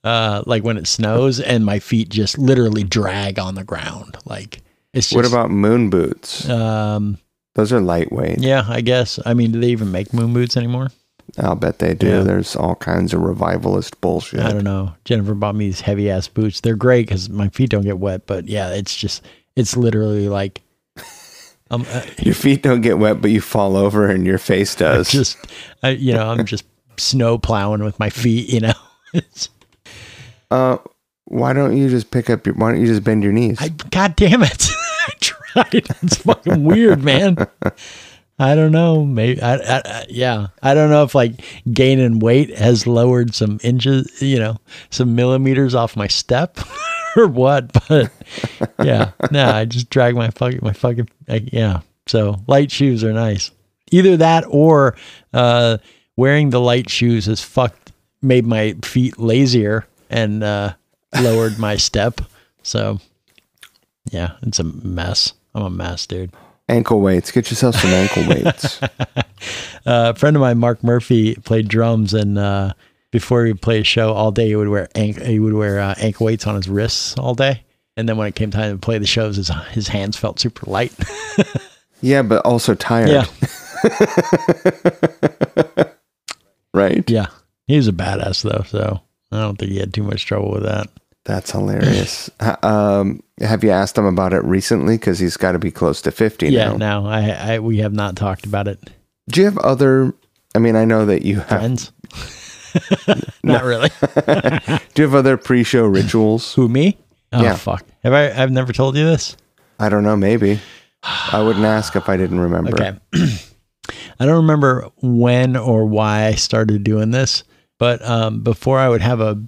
[SPEAKER 1] uh, like when it snows, and my feet just literally drag on the ground. Like it's just.
[SPEAKER 4] what about moon boots?
[SPEAKER 1] Um.
[SPEAKER 4] Those are lightweight.
[SPEAKER 1] Yeah, I guess. I mean, do they even make moon boots anymore?
[SPEAKER 4] I'll bet they do.
[SPEAKER 1] Yeah.
[SPEAKER 4] There's all kinds of revivalist bullshit.
[SPEAKER 1] I don't know. Jennifer bought me these heavy ass boots. They're great because my feet don't get wet. But yeah, it's just it's literally like, um, uh,
[SPEAKER 4] Your feet don't get wet, but you fall over and your face does.
[SPEAKER 1] just I, you know i'm just snow plowing with my feet you know It's-
[SPEAKER 4] uh, why don't you just pick up your? Why don't you just bend your knees?
[SPEAKER 1] I, god damn it i tried it's fucking weird man i don't know maybe I, I, I yeah i don't know if like gaining weight has lowered some inches you know some millimeters off my step or what but yeah no i just drag my fucking my fucking I, yeah so light shoes are nice either that or uh, wearing the light shoes has fucked made my feet lazier and uh, lowered my step. So yeah, it's a mess. I'm a mess, dude.
[SPEAKER 4] ankle weights. Get yourself some ankle weights.
[SPEAKER 1] Uh, a friend of mine, Mark Murphy, played drums, and uh, before he would play a show all day, he would wear ank- he would wear uh, ankle weights on his wrists all day. And then when it came time to play the shows, his his hands felt super light.
[SPEAKER 4] Yeah, but also tired.
[SPEAKER 1] yeah,
[SPEAKER 4] Right.
[SPEAKER 1] yeah. He was a badass though, so I don't think he had too much trouble with that.
[SPEAKER 4] That's hilarious. Uh, um, have you asked him about it recently? Because he's got to be close to fifty
[SPEAKER 1] Yeah,
[SPEAKER 4] now.
[SPEAKER 1] no, I, I we have not talked about it.
[SPEAKER 4] Do you have other? I mean, I know that you have.
[SPEAKER 1] Friends? Not really.
[SPEAKER 4] Do you have other pre-show rituals?
[SPEAKER 1] Who me? Oh
[SPEAKER 4] Yeah.
[SPEAKER 1] fuck. Have I? I've never told you this.
[SPEAKER 4] I don't know. Maybe I wouldn't ask if I didn't remember.
[SPEAKER 1] Okay. I don't remember when or why I started doing this, but um, before I would have a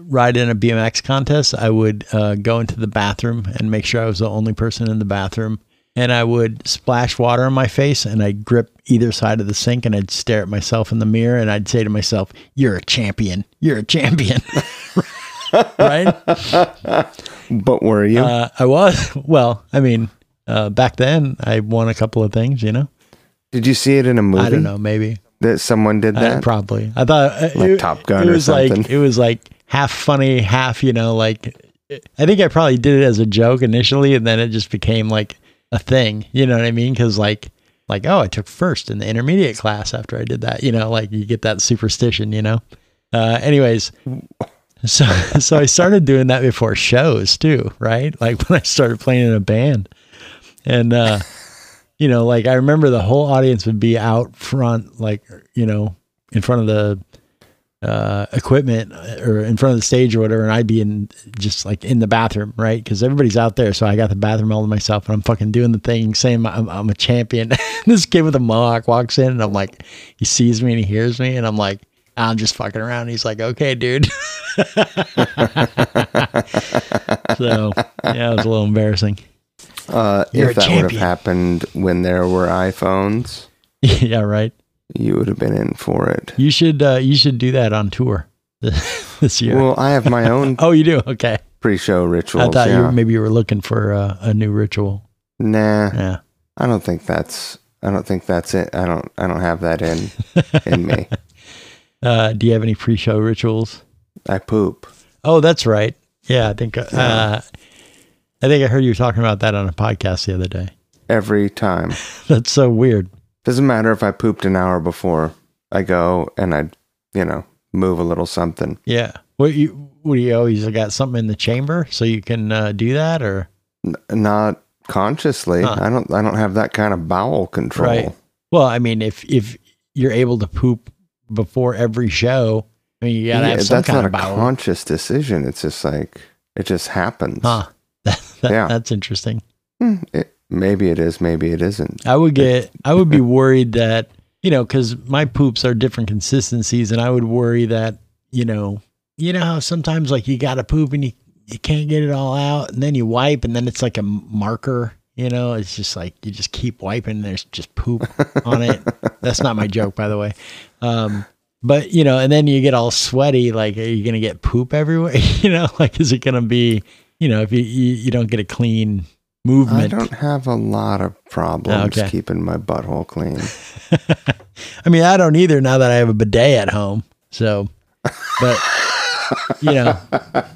[SPEAKER 1] ride in a BMX contest, I would uh, go into the bathroom and make sure I was the only person in the bathroom. And I would splash water on my face and I'd grip either side of the sink and I'd stare at myself in the mirror and I'd say to myself, You're a champion. You're a champion. right?
[SPEAKER 4] But were you?
[SPEAKER 1] Uh, I was. Well, I mean, uh, back then I won a couple of things, you know?
[SPEAKER 4] Did you see it in a movie?
[SPEAKER 1] I don't know, maybe.
[SPEAKER 4] that someone did
[SPEAKER 1] Uh,
[SPEAKER 4] that.
[SPEAKER 1] probably. I thought uh,
[SPEAKER 4] Like Top Gun
[SPEAKER 1] It
[SPEAKER 4] or
[SPEAKER 1] was like
[SPEAKER 4] something.
[SPEAKER 1] it was like half funny, half you know, like I think I probably did it as a joke initially, and then it just became like a thing. You know what I mean? Because like like oh, I took first in the intermediate class after I did that. You know, like you get that superstition. You know. Uh, anyways. So, so I started doing that before shows too, right? Like when I started playing in a band, and uh, you know, like I remember the whole audience would be out front, like you know, in front of the uh, equipment or in front of the stage or whatever, and I'd be in just like in the bathroom, right? Because everybody's out there, so I got the bathroom all to myself, and I'm fucking doing the thing, saying I'm, I'm a champion. this kid with a mohawk walks in, and I'm like, he sees me and he hears me, and I'm like, I'm just fucking around. he's like, okay, dude. so yeah, it was a little embarrassing.
[SPEAKER 4] Uh,
[SPEAKER 1] You're a
[SPEAKER 4] if that would have
[SPEAKER 1] champion.
[SPEAKER 4] happened when there were iPhones,
[SPEAKER 1] yeah, right.
[SPEAKER 4] you would have been in for it.
[SPEAKER 1] You should uh, you should do that on tour this year.
[SPEAKER 4] Well, I have my own
[SPEAKER 1] oh, you do? Okay.
[SPEAKER 4] pre-show rituals.
[SPEAKER 1] I thought you
[SPEAKER 4] yeah.
[SPEAKER 1] were, maybe you were looking for uh, a new ritual.
[SPEAKER 4] nah,
[SPEAKER 1] Yeah.
[SPEAKER 4] I don't think that's. I don't think that's it. I don't. I don't have that in in me.
[SPEAKER 1] Uh, do you have any pre-show rituals?
[SPEAKER 4] I poop.
[SPEAKER 1] Oh, that's right. Yeah, I think uh, I think I heard you talking about that on a podcast the other day.
[SPEAKER 4] every time.
[SPEAKER 1] That's so weird.
[SPEAKER 4] Doesn't matter if I pooped an hour before. I go and I, you know, move a little something.
[SPEAKER 1] Yeah. What you what do you always got something in the chamber so you can uh, do that or
[SPEAKER 4] Not consciously. I don't. I don't have that kind of bowel control.
[SPEAKER 1] Right. Well, I mean, if if you're able to poop before every show, I mean, you gotta
[SPEAKER 4] Yeah,
[SPEAKER 1] have some
[SPEAKER 4] that's
[SPEAKER 1] kind
[SPEAKER 4] not a
[SPEAKER 1] of bowel.
[SPEAKER 4] conscious decision. It's just like it just happens.
[SPEAKER 1] huh. That, that-
[SPEAKER 4] Yeah.
[SPEAKER 1] That's interesting.
[SPEAKER 4] Hmm, it- maybe it is. Maybe it isn't.
[SPEAKER 1] I would get, I would be worried that, you know, because my poops are different consistencies, and I would worry that, you know, you know how sometimes like you got to poop and you, you can't get it all out, and then you wipe, and then it's like a marker, you know, it's just like you just keep wiping, and there's just poop on it. That's not my joke, by the way. Um, but you know, and then you get all sweaty. Like, are you gonna get poop everywhere? you know, like is it gonna be, you know, if you you, you don't get a clean
[SPEAKER 4] I
[SPEAKER 1] movement?
[SPEAKER 4] don't have a lot of problems
[SPEAKER 1] Okay.
[SPEAKER 4] keeping my butthole clean.
[SPEAKER 1] I mean, I don't either now that I have a bidet at home. So, but you know,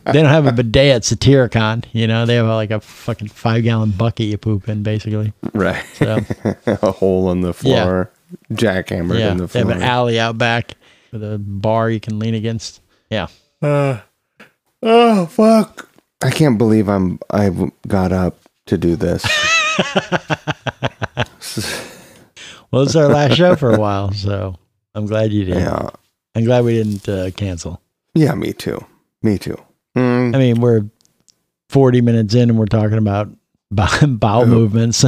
[SPEAKER 1] they don't have a bidet at Satyricon. You know, they have like a fucking five gallon bucket you poop in, basically.
[SPEAKER 4] Right.
[SPEAKER 1] So,
[SPEAKER 4] a hole in the
[SPEAKER 1] Yeah.
[SPEAKER 4] floor. Jackhammered
[SPEAKER 1] yeah,
[SPEAKER 4] in the
[SPEAKER 1] they
[SPEAKER 4] floor.
[SPEAKER 1] have an alley out back with a bar you can lean against. Yeah,
[SPEAKER 4] Oh fuck! I can't believe I'm I w- got up to do this.
[SPEAKER 1] well, it's our last show for a while, so I'm glad you did.
[SPEAKER 4] yeah,
[SPEAKER 1] I'm glad we didn't uh, cancel.
[SPEAKER 4] yeah, me too, me too. Mm,
[SPEAKER 1] I mean, we're 40 minutes in and we're talking about bow- bowel movements,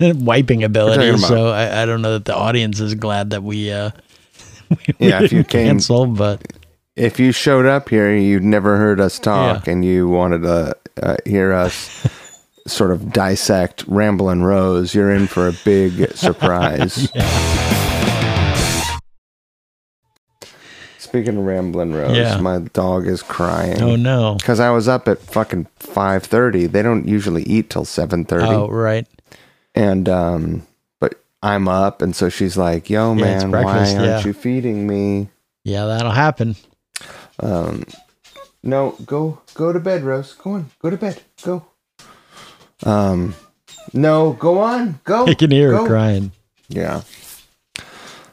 [SPEAKER 1] wiping ability.
[SPEAKER 4] about-
[SPEAKER 1] so I, I don't know that the audience is glad that we, uh, we
[SPEAKER 4] yeah, if you
[SPEAKER 1] didn't
[SPEAKER 4] came,
[SPEAKER 1] cancel, but
[SPEAKER 4] if you showed up here, you'd never heard us talk,
[SPEAKER 1] Yeah.
[SPEAKER 4] and you wanted to uh, hear us sort of dissect Ramblin' Rose. You're in for a big surprise. Speaking of Ramblin' Rose,
[SPEAKER 1] Yeah.
[SPEAKER 4] my dog is crying.
[SPEAKER 1] oh no.
[SPEAKER 4] Because I was up at fucking five thirty. They don't usually eat till seven thirty.
[SPEAKER 1] Oh, right.
[SPEAKER 4] And um, but I'm up, and so she's like, "Yo,
[SPEAKER 1] Yeah, it's
[SPEAKER 4] man, why aren't
[SPEAKER 1] breakfast, yeah.
[SPEAKER 4] you feeding me?"
[SPEAKER 1] Yeah, that'll happen.
[SPEAKER 4] Um, no, go go to bed, Rose. Go on, go to bed. Go. Um, no, go on, go.
[SPEAKER 1] You can hear
[SPEAKER 4] go.
[SPEAKER 1] her crying.
[SPEAKER 4] Yeah.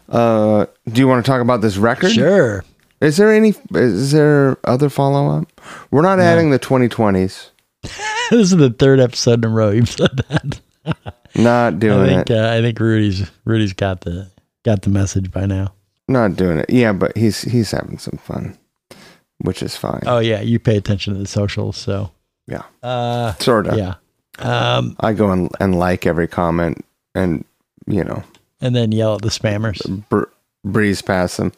[SPEAKER 4] Uh, do you want to talk about this record?
[SPEAKER 1] Sure.
[SPEAKER 4] Is there any? Is there other follow up? We're not adding the 2020s.
[SPEAKER 1] this is the third episode in a row you've said that.
[SPEAKER 4] Not
[SPEAKER 1] I
[SPEAKER 4] doing it.
[SPEAKER 1] think, uh, I think Rudy's, Rudy's got the, got the message by now.
[SPEAKER 4] Not doing it. Yeah, but he's he's having some fun, which is fine.
[SPEAKER 1] Oh yeah. You pay attention to the socials. So,
[SPEAKER 4] yeah,
[SPEAKER 1] uh,
[SPEAKER 4] sort of.
[SPEAKER 1] yeah. Um,
[SPEAKER 4] I go and, and like every comment and you know
[SPEAKER 1] and then yell at the spammers.
[SPEAKER 4] br- breeze past them.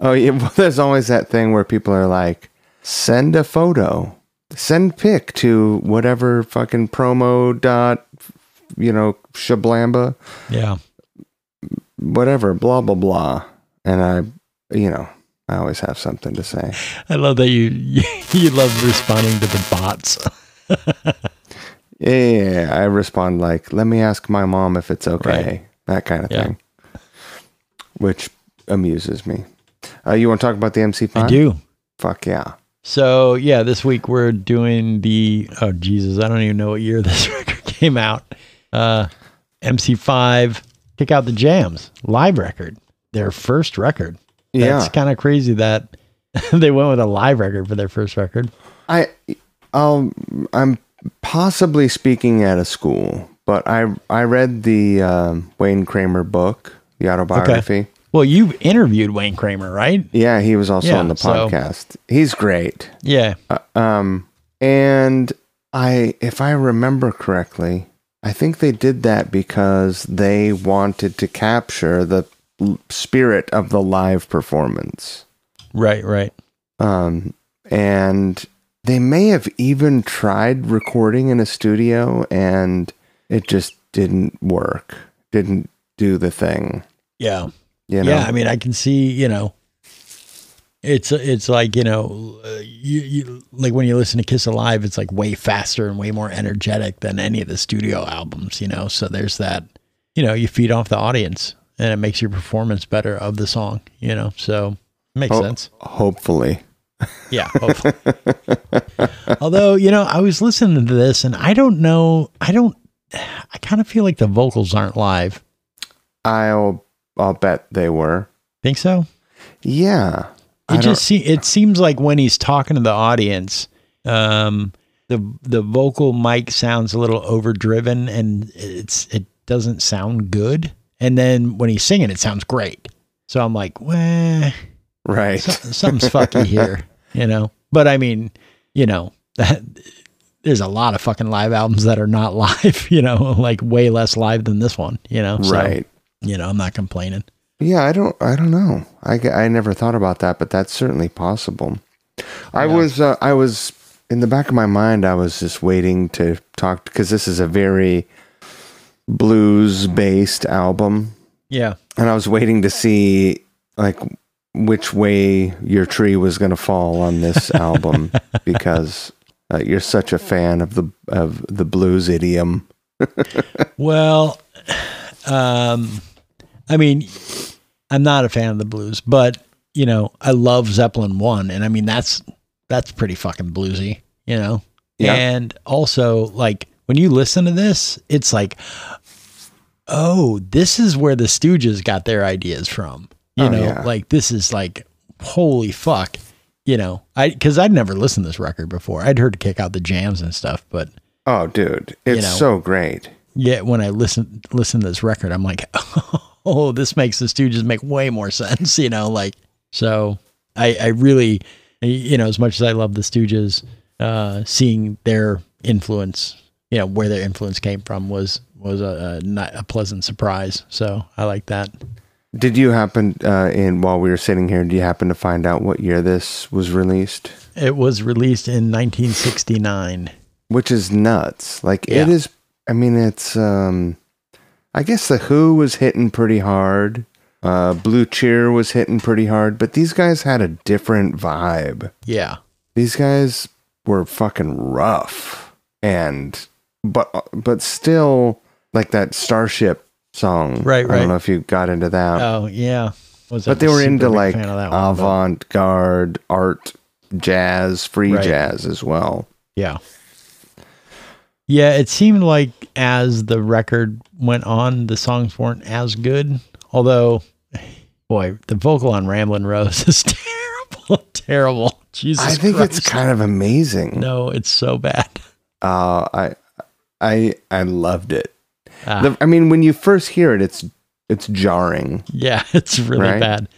[SPEAKER 4] Oh yeah, well, there's always that thing where people are like, send a photo, send pic to whatever fucking promo dot, you know, shablamba,
[SPEAKER 1] Yeah.
[SPEAKER 4] whatever, blah blah blah, and I, you know. I always have something to say.
[SPEAKER 1] I love that you you, you love responding to the bots.
[SPEAKER 4] Yeah, I respond like, "Let me ask my mom if it's okay." That kind of
[SPEAKER 1] Yeah.
[SPEAKER 4] thing, which amuses me. Uh, you want to talk about the MC5?
[SPEAKER 1] I do.
[SPEAKER 4] Fuck yeah!
[SPEAKER 1] So yeah, this week we're doing the oh Jesus, I don't even know what year this record came out. Uh, MC5, kick out the jams, live record, their first record. That's
[SPEAKER 4] yeah,
[SPEAKER 1] kind of crazy that they went with a live record for their first record.
[SPEAKER 4] I, I'll, I'm possibly speaking at a school, but I I read the um, Wayne Kramer book, the autobiography,
[SPEAKER 1] Well, you interviewed Wayne Kramer, right?
[SPEAKER 4] Yeah, he was also
[SPEAKER 1] Yeah,
[SPEAKER 4] on the
[SPEAKER 1] so-
[SPEAKER 4] podcast. He's great.
[SPEAKER 1] Yeah.
[SPEAKER 4] Uh, um, and I, if I remember correctly, I think they did that because they wanted to capture the l- spirit of the live performance.
[SPEAKER 1] Right, right.
[SPEAKER 4] Um, and they may have even tried recording in a studio, and it just didn't work. Didn't do the thing.
[SPEAKER 1] Yeah.
[SPEAKER 4] You know.
[SPEAKER 1] Yeah, I mean, I can see, you know, it's it's like, you know, uh, you, you like when you listen to Kiss Alive, it's like way faster and way more energetic than any of the studio albums, you know. So there's that, you know, you feed off the audience and it makes your performance better of the song, you know. So makes
[SPEAKER 4] Ho-
[SPEAKER 1] sense.
[SPEAKER 4] Hopefully.
[SPEAKER 1] Yeah, hopefully. Although, you know, I was listening to this and I don't know, I don't I kind of feel like the vocals aren't live.
[SPEAKER 4] I'll I'll bet they were.
[SPEAKER 1] Think so?
[SPEAKER 4] Yeah. I
[SPEAKER 1] It
[SPEAKER 4] don't-
[SPEAKER 1] just se- it seems like when he's talking to the audience, um, the the vocal mic sounds a little overdriven and it's it doesn't sound good. And then when he's singing, it sounds great. So I'm like, well,
[SPEAKER 4] right.
[SPEAKER 1] so- something's fucky here, you know. But I mean, you know, that, there's a lot of fucking live albums that are not live, you know, like way less live than this one, you know. So,
[SPEAKER 4] right.
[SPEAKER 1] you know, I'm not complaining.
[SPEAKER 4] Yeah, I don't I don't know. I, g- I never thought about that, but that's certainly possible. I was uh, I was in the back of my mind I was just waiting to talk cuz this is a very blues based album
[SPEAKER 1] Yeah.
[SPEAKER 4] and I was waiting to see like which way your tree was going to fall on this album because uh, you're such a fan of the of the blues idiom.
[SPEAKER 1] Well, um, I mean, I'm not a fan of the blues, but you know, I love Zeppelin one, and I mean that's that's pretty fucking bluesy, you know.
[SPEAKER 4] Yeah.
[SPEAKER 1] And also, like when you listen to this, it's like, oh, this is where the Stooges got their ideas from. You
[SPEAKER 4] Oh,
[SPEAKER 1] know,
[SPEAKER 4] yeah.
[SPEAKER 1] like this is like, holy fuck, you know. I because I'd never listened to this record before. I'd heard kick out the jams and stuff, but
[SPEAKER 4] Oh, dude, it's
[SPEAKER 1] know.
[SPEAKER 4] so great.
[SPEAKER 1] yet when I listen listen to this record, I'm like, oh, this makes the Stooges make way more sense, you know. Like, so I I really, you know, as much as I love the Stooges, uh, seeing their influence, you know, where their influence came from was was a, a not a pleasant surprise. So I like that.
[SPEAKER 4] Did you happen uh, in while we were sitting here? Do you happen to find out what year this was released?
[SPEAKER 1] It was released in 1969.
[SPEAKER 4] Which is nuts. Like
[SPEAKER 1] Yeah.
[SPEAKER 4] it is. I mean, it's. um I guess the Who was hitting pretty hard. Uh, Blue Cheer was hitting pretty hard, but these guys had a different vibe.
[SPEAKER 1] Yeah,
[SPEAKER 4] These guys were fucking rough, and but uh, but still like that Starship song.
[SPEAKER 1] Right,
[SPEAKER 4] I
[SPEAKER 1] right.
[SPEAKER 4] don't know if you got into that.
[SPEAKER 1] Oh yeah. Was
[SPEAKER 4] but they were into like
[SPEAKER 1] one, but-
[SPEAKER 4] avant-garde art jazz free
[SPEAKER 1] Right.
[SPEAKER 4] jazz as well
[SPEAKER 1] Yeah. Yeah, it seemed like as the record went on, the songs weren't as good. Although, boy, the vocal on Ramblin' Rose is terrible, terrible. Jesus,
[SPEAKER 4] i think it's
[SPEAKER 1] Christ.
[SPEAKER 4] kind of amazing
[SPEAKER 1] no, it's so bad.
[SPEAKER 4] uh, i i i loved it
[SPEAKER 1] Ah.
[SPEAKER 4] The- i mean when you first hear it it's it's jarring
[SPEAKER 1] Yeah, it's really
[SPEAKER 4] Right?
[SPEAKER 1] bad.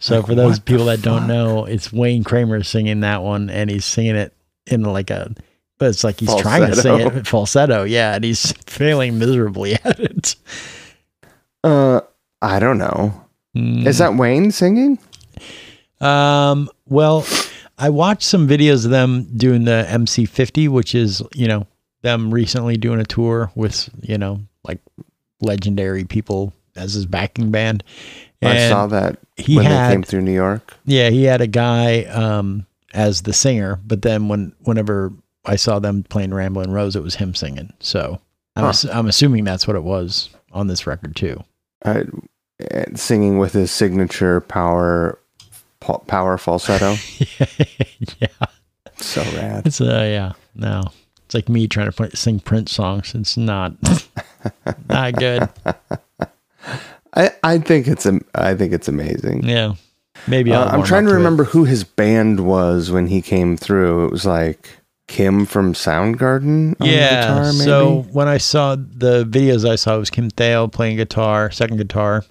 [SPEAKER 1] So
[SPEAKER 4] Like,
[SPEAKER 1] for those
[SPEAKER 4] what the
[SPEAKER 1] people that don't
[SPEAKER 4] fuck?
[SPEAKER 1] know, it's Wayne Kramer singing that one, and he's singing it in like a, but it's like he's trying to sing
[SPEAKER 4] Falsetto.
[SPEAKER 1] it falsetto. Yeah, and he's failing miserably at it.
[SPEAKER 4] uh i don't know is
[SPEAKER 1] Mm.
[SPEAKER 4] that wayne singing
[SPEAKER 1] Um, well, I watched some videos of them doing the MC50, which is, you know, them recently doing a tour with, you know, like legendary people as his backing band.
[SPEAKER 4] i
[SPEAKER 1] And
[SPEAKER 4] saw that
[SPEAKER 1] he
[SPEAKER 4] when
[SPEAKER 1] had-
[SPEAKER 4] they came through new york
[SPEAKER 1] yeah, he had a guy um as the singer, but then when whenever I saw them playing Ramblin' Rose, it was him singing. So I'm,
[SPEAKER 4] Huh.
[SPEAKER 1] ass- I'm assuming that's what it was on this record too.
[SPEAKER 4] uh, and singing with his signature power pa- power falsetto
[SPEAKER 1] yeah.
[SPEAKER 4] so rad
[SPEAKER 1] It's uh yeah no. It's like me trying to play, sing Prince songs. It's not not good.
[SPEAKER 4] I, I think it's am- I think it's amazing.
[SPEAKER 1] Yeah, maybe I'll
[SPEAKER 4] Uh, I'm
[SPEAKER 1] warm
[SPEAKER 4] trying
[SPEAKER 1] up
[SPEAKER 4] to
[SPEAKER 1] it.
[SPEAKER 4] remember who his band was when he came through. It was like Kim from Soundgarden on
[SPEAKER 1] Yeah.
[SPEAKER 4] guitar, maybe.
[SPEAKER 1] So when I saw the videos, I saw it was Kim Thale playing guitar, second guitar.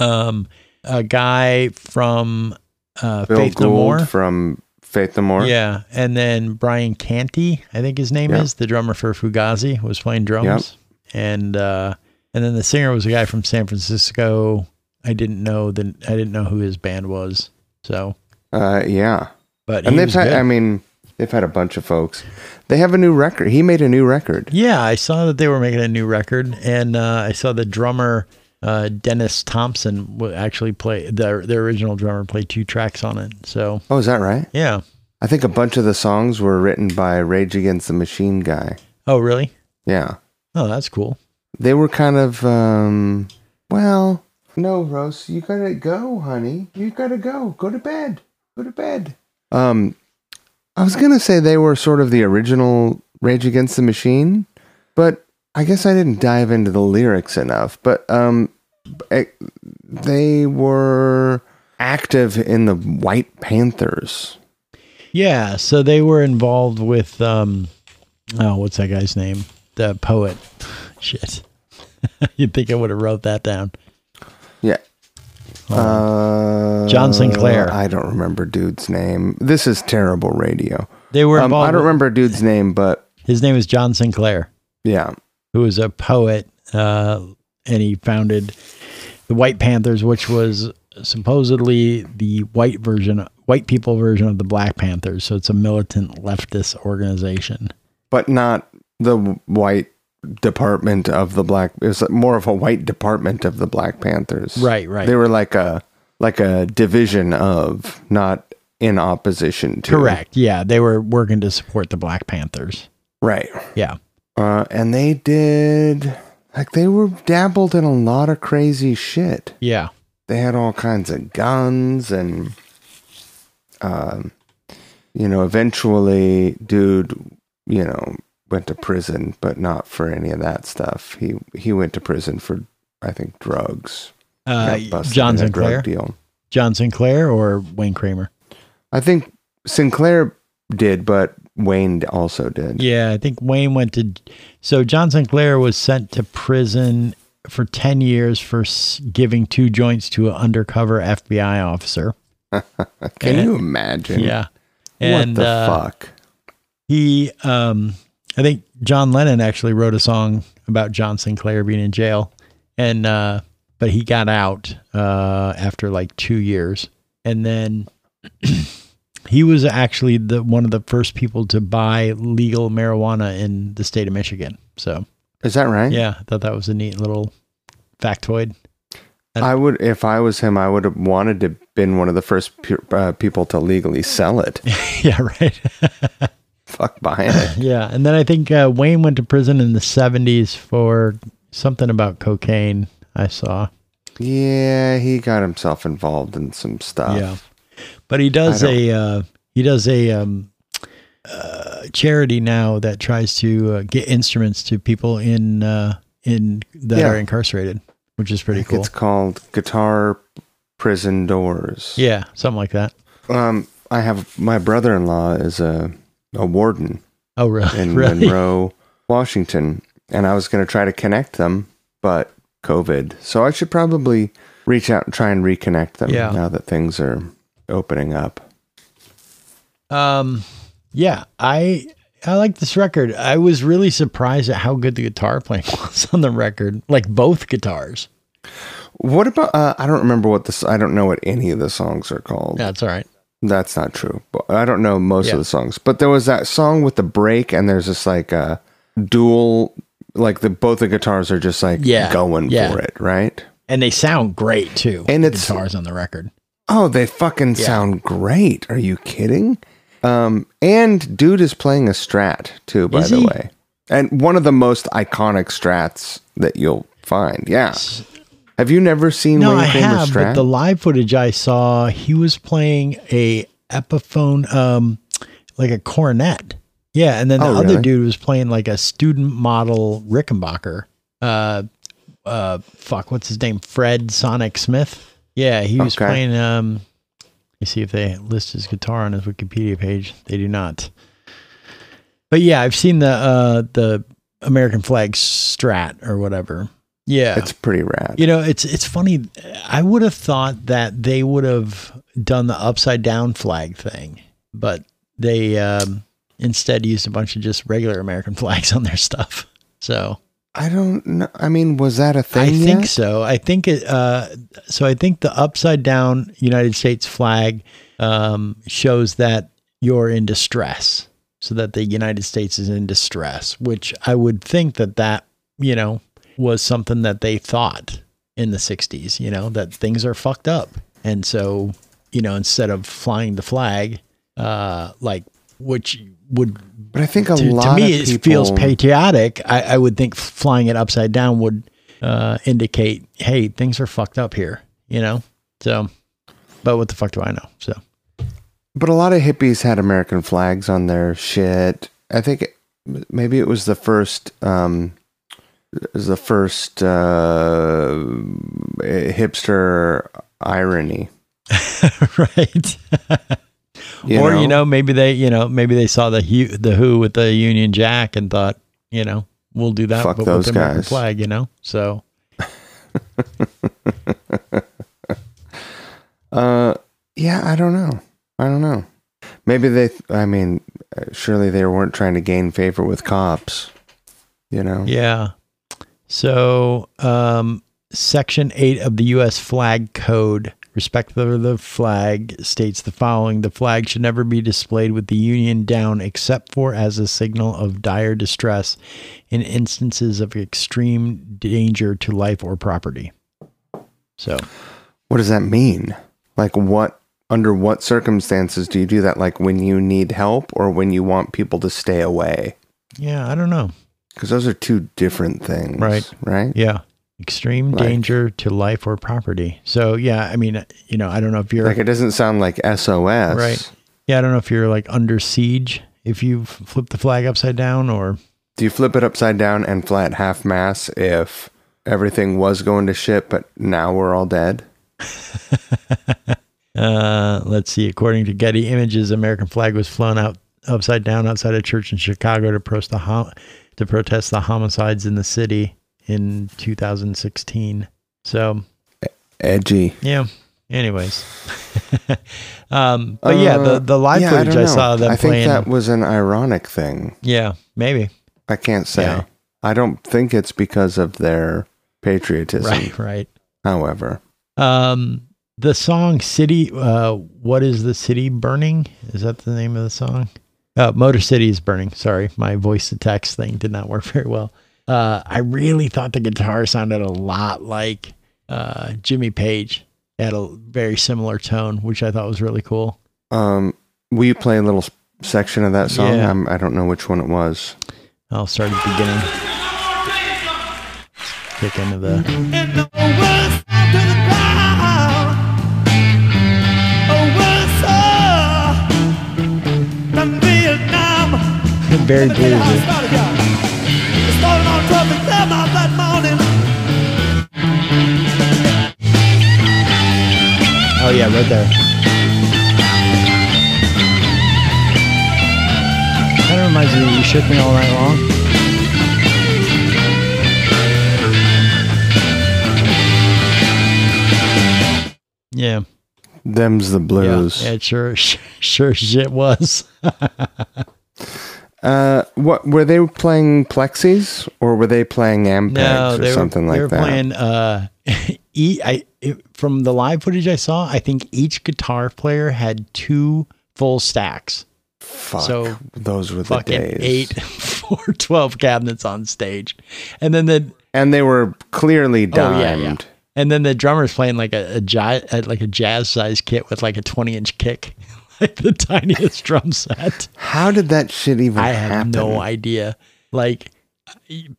[SPEAKER 1] Um, a guy from uh,
[SPEAKER 4] Bill
[SPEAKER 1] Faith No
[SPEAKER 4] Gould
[SPEAKER 1] More.
[SPEAKER 4] from Faith No More.
[SPEAKER 1] Yeah, and then Brian Canty, I think his name
[SPEAKER 4] Yeah.
[SPEAKER 1] is the drummer for Fugazi, was playing drums, and uh, and then the singer was a guy from San Francisco. I didn't know the I didn't know who his band was. So,
[SPEAKER 4] Uh, yeah.
[SPEAKER 1] but he
[SPEAKER 4] And they've
[SPEAKER 1] was
[SPEAKER 4] had,
[SPEAKER 1] good.
[SPEAKER 4] I mean, they've had a bunch of folks. They have a new record. He made a new record.
[SPEAKER 1] yeah, I saw that they were making a new record, and uh, I saw the drummer uh, Dennis Thompson wa- actually play their their original drummer played two tracks on it. So
[SPEAKER 4] Oh, is that right?
[SPEAKER 1] yeah.
[SPEAKER 4] I think a bunch of the songs were written by Rage Against the Machine guy.
[SPEAKER 1] Oh really?
[SPEAKER 4] Yeah.
[SPEAKER 1] Oh, that's cool.
[SPEAKER 4] They were kind of, um, well, no, Rose, you gotta go, honey. You gotta go. Go to bed. Go to bed. Um, I was gonna say they were sort of the original Rage Against the Machine, but I guess I didn't dive into the lyrics enough. But um, it, they were active in the White Panthers.
[SPEAKER 1] Yeah, so they were involved with um oh, what's that guy's name? The poet. Shit. You'd think I would have wrote that down. Um,
[SPEAKER 4] Yeah. Uh,
[SPEAKER 1] John Sinclair.
[SPEAKER 4] I don't remember dude's name. This is terrible radio.
[SPEAKER 1] They were
[SPEAKER 4] Um,
[SPEAKER 1] involved
[SPEAKER 4] I don't
[SPEAKER 1] with-
[SPEAKER 4] remember dude's name, but
[SPEAKER 1] his name is John Sinclair,
[SPEAKER 4] yeah.
[SPEAKER 1] who was a poet, uh, and he founded the White Panthers, which was supposedly the white version white people version of the Black Panthers. So it's a militant leftist organization.
[SPEAKER 4] But not the white department of the black. It was more of a white department of the Black Panthers.
[SPEAKER 1] Right, right.
[SPEAKER 4] They were like a like a division of, not in opposition to.
[SPEAKER 1] Correct. Yeah. They were working to support the Black Panthers.
[SPEAKER 4] Right.
[SPEAKER 1] Yeah.
[SPEAKER 4] Uh, and they did like they were dabbled in a lot of crazy shit.
[SPEAKER 1] Yeah.
[SPEAKER 4] they had all kinds of guns and um you know eventually dude you know went to prison but not for any of that stuff he he went to prison for i think drugs
[SPEAKER 1] Uh,
[SPEAKER 4] Got busted
[SPEAKER 1] John
[SPEAKER 4] in a
[SPEAKER 1] Sinclair.
[SPEAKER 4] deal
[SPEAKER 1] John Sinclair or Wayne Kramer?
[SPEAKER 4] i think sinclair did but wayne also did
[SPEAKER 1] Yeah, I think Wayne went to. So John Sinclair was sent to prison for 10 years for s- giving two joints to an undercover FBI officer.
[SPEAKER 4] can
[SPEAKER 1] and-
[SPEAKER 4] you imagine
[SPEAKER 1] Yeah.
[SPEAKER 4] what
[SPEAKER 1] And
[SPEAKER 4] the
[SPEAKER 1] uh,
[SPEAKER 4] fuck
[SPEAKER 1] he, um, I think John Lennon actually wrote a song about John Sinclair being in jail. And, uh, but he got out uh, after like two years. And then he was actually the one of the first people to buy legal marijuana in the state of Michigan. So.
[SPEAKER 4] is that right
[SPEAKER 1] Yeah, I thought that was a neat little factoid.
[SPEAKER 4] i would if i was him i would have wanted to been one of the first pe- uh, people to legally sell it
[SPEAKER 1] yeah, right.
[SPEAKER 4] fuck buying it
[SPEAKER 1] yeah, and then I think uh, Wayne went to prison in the 70s for something about cocaine, I saw.
[SPEAKER 4] Yeah, he got himself involved in some stuff.
[SPEAKER 1] Yeah. But he does
[SPEAKER 4] I don't-
[SPEAKER 1] a uh, he does a um, uh, charity now that tries to uh, get instruments to people in uh, in that
[SPEAKER 4] Yeah.
[SPEAKER 1] are incarcerated, which is pretty
[SPEAKER 4] I think
[SPEAKER 1] cool.
[SPEAKER 4] It's called Guitar Prison Doors.
[SPEAKER 1] Yeah, something like that.
[SPEAKER 4] Um, I have my brother-in-law is a a warden
[SPEAKER 1] Oh, really?
[SPEAKER 4] in
[SPEAKER 1] really?
[SPEAKER 4] Monroe, Washington, and I was going to try to connect them, but COVID. So I should probably reach out and try and reconnect them
[SPEAKER 1] Yeah.
[SPEAKER 4] now that things are opening up.
[SPEAKER 1] Um, yeah, I I like this record. I was really surprised at how good the guitar playing was on the record, like both guitars.
[SPEAKER 4] What about? Uh, I don't remember what this. I don't know what any of the songs are called.
[SPEAKER 1] That's all right.
[SPEAKER 4] That's not true. But I don't know most
[SPEAKER 1] Yeah.
[SPEAKER 4] of the songs, but there was that song with the break, and there's this like a dual, like the both the guitars are just like
[SPEAKER 1] Yeah.
[SPEAKER 4] going
[SPEAKER 1] Yeah.
[SPEAKER 4] for it, right?
[SPEAKER 1] And they sound great too.
[SPEAKER 4] And
[SPEAKER 1] the
[SPEAKER 4] it's-
[SPEAKER 1] guitars on the record.
[SPEAKER 4] Oh, they fucking sound great. Are you kidding? Um, and dude is playing a Strat too, by
[SPEAKER 1] Is
[SPEAKER 4] the
[SPEAKER 1] he?
[SPEAKER 4] way, and one of the most iconic Strats that you'll find. Yeah, have you never seen
[SPEAKER 1] No, I
[SPEAKER 4] Wayne Kramer
[SPEAKER 1] have,
[SPEAKER 4] Strat?
[SPEAKER 1] but the live footage I saw, he was playing a Epiphone, um, like a cornet. Yeah, and then the
[SPEAKER 4] Oh,
[SPEAKER 1] other
[SPEAKER 4] really?
[SPEAKER 1] dude was playing like a student model Rickenbacker. Uh, uh, fuck, what's his name? Fred Sonic Smith. Yeah, he was
[SPEAKER 4] Okay.
[SPEAKER 1] playing. Um, let me see if they list his guitar on his Wikipedia page. They do not. But yeah, I've seen the uh, the American flag Strat or whatever. Yeah.
[SPEAKER 4] It's pretty rad.
[SPEAKER 1] You know, it's it's funny. I would have thought that they would have done the upside down flag thing, but they um, instead used a bunch of just regular American flags on their stuff. So
[SPEAKER 4] I don't know. I mean, was that a thing?
[SPEAKER 1] I think
[SPEAKER 4] yet?
[SPEAKER 1] so. I think it. Uh, so I think the upside down United States flag um, shows that you're in distress, so that the United States is in distress. Which I would think that that you know was something that they thought in the '60s. You know that things are fucked up, and so you know instead of flying the flag, uh, like which would
[SPEAKER 4] But I think a
[SPEAKER 1] to, to
[SPEAKER 4] lot
[SPEAKER 1] me,
[SPEAKER 4] of
[SPEAKER 1] it
[SPEAKER 4] people
[SPEAKER 1] feels patriotic. I, I would think flying it upside down would uh, indicate, hey, things are fucked up here, you know? So, but what the fuck do I know? So,
[SPEAKER 4] But a lot of hippies had American flags on their shit. I think it- maybe it was the first, um, it was the first uh, eh, hipster irony.
[SPEAKER 1] right. or, you know, maybe they, you know, maybe they saw the hu- the Who with the Union Jack and thought, you know, we'll do that,
[SPEAKER 4] Fuck
[SPEAKER 1] but
[SPEAKER 4] those
[SPEAKER 1] with the American
[SPEAKER 4] guys.
[SPEAKER 1] flag, you know? So,
[SPEAKER 4] Uh, yeah, I don't know. I don't know. Maybe they. I mean, uh, surely they weren't trying to gain favor with cops. You know.
[SPEAKER 1] Yeah. So, um, Section 8 of the U.S. Flag Code, respect for the flag, states the following The flag should never be displayed with the Union down except for as a signal of dire distress in instances of extreme danger to life or property. So,
[SPEAKER 4] What does that mean? Like what? Under what circumstances do you do that? Like when you need help or when you want people to stay away?
[SPEAKER 1] yeah, I don't know.
[SPEAKER 4] Because those are two different things,
[SPEAKER 1] Right.
[SPEAKER 4] Right.
[SPEAKER 1] Yeah. Extreme
[SPEAKER 4] Like-
[SPEAKER 1] danger to life or property. So, yeah, I mean, you know, I don't know if you're
[SPEAKER 4] Like it doesn't sound like SOS,
[SPEAKER 1] Right. Yeah, I don't know if you're like under siege if you f- flip the flag upside down or
[SPEAKER 4] Do you flip it upside down and fly at half mass if everything was going to shit, but now we're all dead?
[SPEAKER 1] uh let's see, according to Getty Images, American flag was flown out upside down outside a church in Chicago to protest the hom- to protest the homicides in the city in 2016. So,
[SPEAKER 4] Edgy.
[SPEAKER 1] yeah. Anyways. um but yeah, the the live
[SPEAKER 4] Uh, Yeah,
[SPEAKER 1] footage
[SPEAKER 4] don't
[SPEAKER 1] I,
[SPEAKER 4] know.
[SPEAKER 1] saw them
[SPEAKER 4] I think
[SPEAKER 1] playing.
[SPEAKER 4] that was an ironic thing.
[SPEAKER 1] yeah, maybe.
[SPEAKER 4] I can't say.
[SPEAKER 1] Yeah.
[SPEAKER 4] I don't think it's because of their patriotism.
[SPEAKER 1] Right, right.
[SPEAKER 4] However,
[SPEAKER 1] Um, the song "City," uh, what is the city burning? Is that the name of the song? Uh, Motor City is burning. Sorry, my voice to text thing did not work very well. Uh, I really thought the guitar sounded a lot like uh, Jimmy Page. It had a very similar tone, which I thought was really cool.
[SPEAKER 4] um, will you play a little s- section of that song?
[SPEAKER 1] Yeah.
[SPEAKER 4] I'm, I don't know which one it was.
[SPEAKER 1] I'll start at the beginning. Kick into the
[SPEAKER 2] And the world's to the ground. Oh, what's up? From uh, Vietnam.
[SPEAKER 1] very
[SPEAKER 2] Let me tell you how it
[SPEAKER 1] bluesy.
[SPEAKER 2] started, y'all. It started on 12 December that morning.
[SPEAKER 1] Oh yeah, right there. Kind of reminds me of "You Shook Me All Night Long." Yeah,
[SPEAKER 4] Them's the blues.
[SPEAKER 1] yeah, it sure, sure, sure shit was.
[SPEAKER 4] Uh, what were they playing plexis or were they playing ampex or
[SPEAKER 1] they were-
[SPEAKER 4] something
[SPEAKER 1] they
[SPEAKER 4] like
[SPEAKER 1] were
[SPEAKER 4] that?
[SPEAKER 1] playing. Uh, e- I it, from the live footage I saw, I think each guitar player had two full stacks.
[SPEAKER 4] Fuck,
[SPEAKER 1] so
[SPEAKER 4] those were the
[SPEAKER 1] fucking
[SPEAKER 4] days.
[SPEAKER 1] eight, four, 12 cabinets on stage. And then the,
[SPEAKER 4] and they were clearly dimed.
[SPEAKER 1] oh yeah, yeah. And then the drummer's playing like a, a jazz, like a jazz size kit with like a 20 inch kick, like the tiniest drum set.
[SPEAKER 4] How did that shit even
[SPEAKER 1] I have
[SPEAKER 4] happen?
[SPEAKER 1] no idea. Like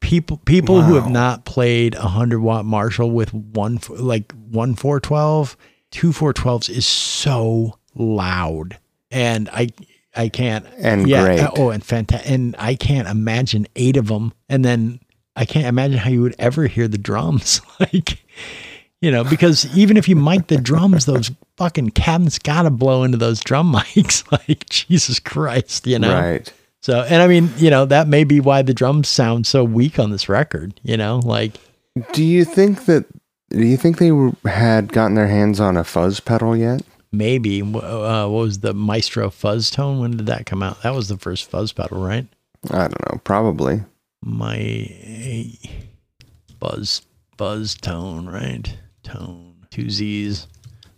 [SPEAKER 1] people, people who have not played a hundred watt Marshall with one, f- like one 412, two 412s is so loud. And I, I can't.
[SPEAKER 4] And great.
[SPEAKER 1] Oh, and fantastic. And I can't imagine eight of them. And then I can't imagine how you would ever hear the drums. like, you know, because even if you mic the drums, those fucking cabinets gotta blow into those drum mics. like, Jesus Christ, you know?
[SPEAKER 4] Right.
[SPEAKER 1] So, and I mean, you know, that may be why the drums sound so weak on this record, you know, like
[SPEAKER 4] Do you think that? Do you think they were, had gotten their hands on a fuzz pedal yet?
[SPEAKER 1] Maybe. Wh- Uh, what was the Maestro Fuzz Tone? When did that come out? That was the first fuzz pedal, right?
[SPEAKER 4] I don't know. Probably.
[SPEAKER 1] My Buzz Buzz Tone, right? Tone two Z's.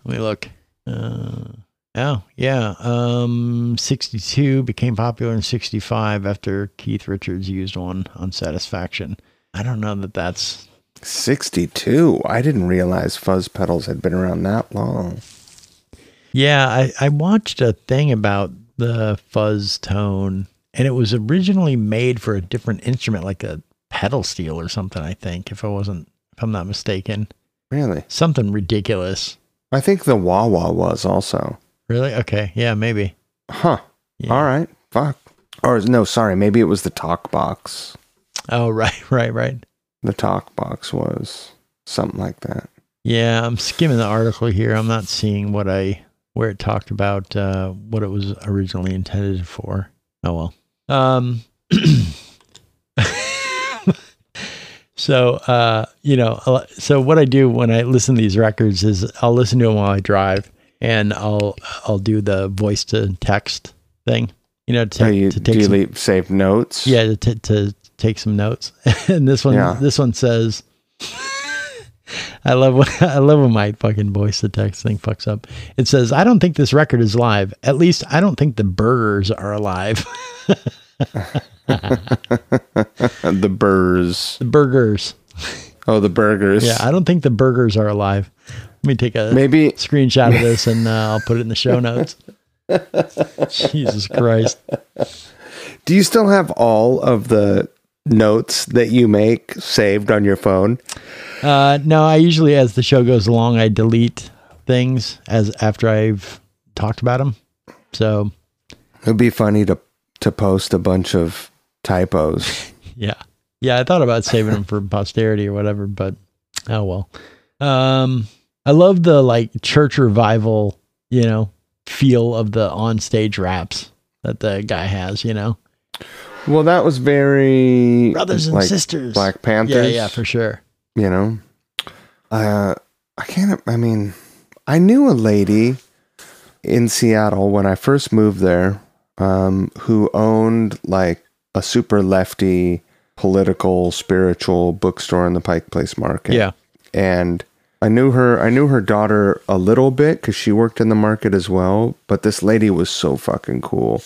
[SPEAKER 1] Let me look. Uh, oh yeah, um, sixty-two became popular in sixty-five after Keith Richards used one on Satisfaction. I don't know that that's
[SPEAKER 4] Sixty-two. I didn't realize fuzz pedals had been around that long.
[SPEAKER 1] Yeah, I, I watched a thing about the fuzz tone, and it was originally made for a different instrument, like a pedal steel or something. I think, if I wasn't, if I'm not mistaken,
[SPEAKER 4] Really?
[SPEAKER 1] something ridiculous.
[SPEAKER 4] I think the wah wah was also.
[SPEAKER 1] Really? Okay. Yeah, maybe.
[SPEAKER 4] Huh.
[SPEAKER 1] Yeah.
[SPEAKER 4] All right. Fuck. Or no, sorry. Maybe it was the talk box.
[SPEAKER 1] Oh, right, right, right.
[SPEAKER 4] The talk box was something like that.
[SPEAKER 1] Yeah, I'm skimming the article here. I'm not seeing what I where it talked about uh, what it was originally intended for. Oh well. Um, so uh, you know, a lo- so what I do when I listen to these records is I'll listen to them while I drive, and I'll I'll do the voice to text thing. You know, to,
[SPEAKER 4] So Oh, you
[SPEAKER 1] to take some-
[SPEAKER 4] delete, save notes.
[SPEAKER 1] yeah, to, to, to take some notes. and this one,
[SPEAKER 4] Yeah.
[SPEAKER 1] this one says, "I love when I love when my fucking voice the text thing fucks up." It says, "I don't think this record is live. At least I don't think the burgers are alive.
[SPEAKER 4] The burrs.
[SPEAKER 1] the burgers.
[SPEAKER 4] Oh, the burgers.
[SPEAKER 1] Yeah, I don't think the burgers are alive." Let me take a
[SPEAKER 4] Maybe
[SPEAKER 1] screenshot of this and uh, I'll put it in the show notes. Jesus Christ.
[SPEAKER 4] Do you still have all of the notes that you make saved on your phone?
[SPEAKER 1] Uh, no, I usually, as the show goes along, I delete things as after I've talked about them. So
[SPEAKER 4] It'd be funny to to post a bunch of typos.
[SPEAKER 1] yeah, yeah. I thought about saving them for posterity or whatever, but oh well. Um, I love the like church revival, you know, feel of the onstage raps that the guy has. You know,
[SPEAKER 4] Well, that was very
[SPEAKER 1] brothers and
[SPEAKER 4] like
[SPEAKER 1] sisters.
[SPEAKER 4] Black
[SPEAKER 1] yeah,
[SPEAKER 4] Panthers.
[SPEAKER 1] yeah, for sure.
[SPEAKER 4] you know. Uh, I can't. I mean, I knew a lady in Seattle when I first moved there, um, who owned like a super lefty political spiritual bookstore in the Pike Place Market.
[SPEAKER 1] Yeah,
[SPEAKER 4] and I knew her I knew her daughter a little bit cuz she worked in the market as well, but this lady was so fucking cool.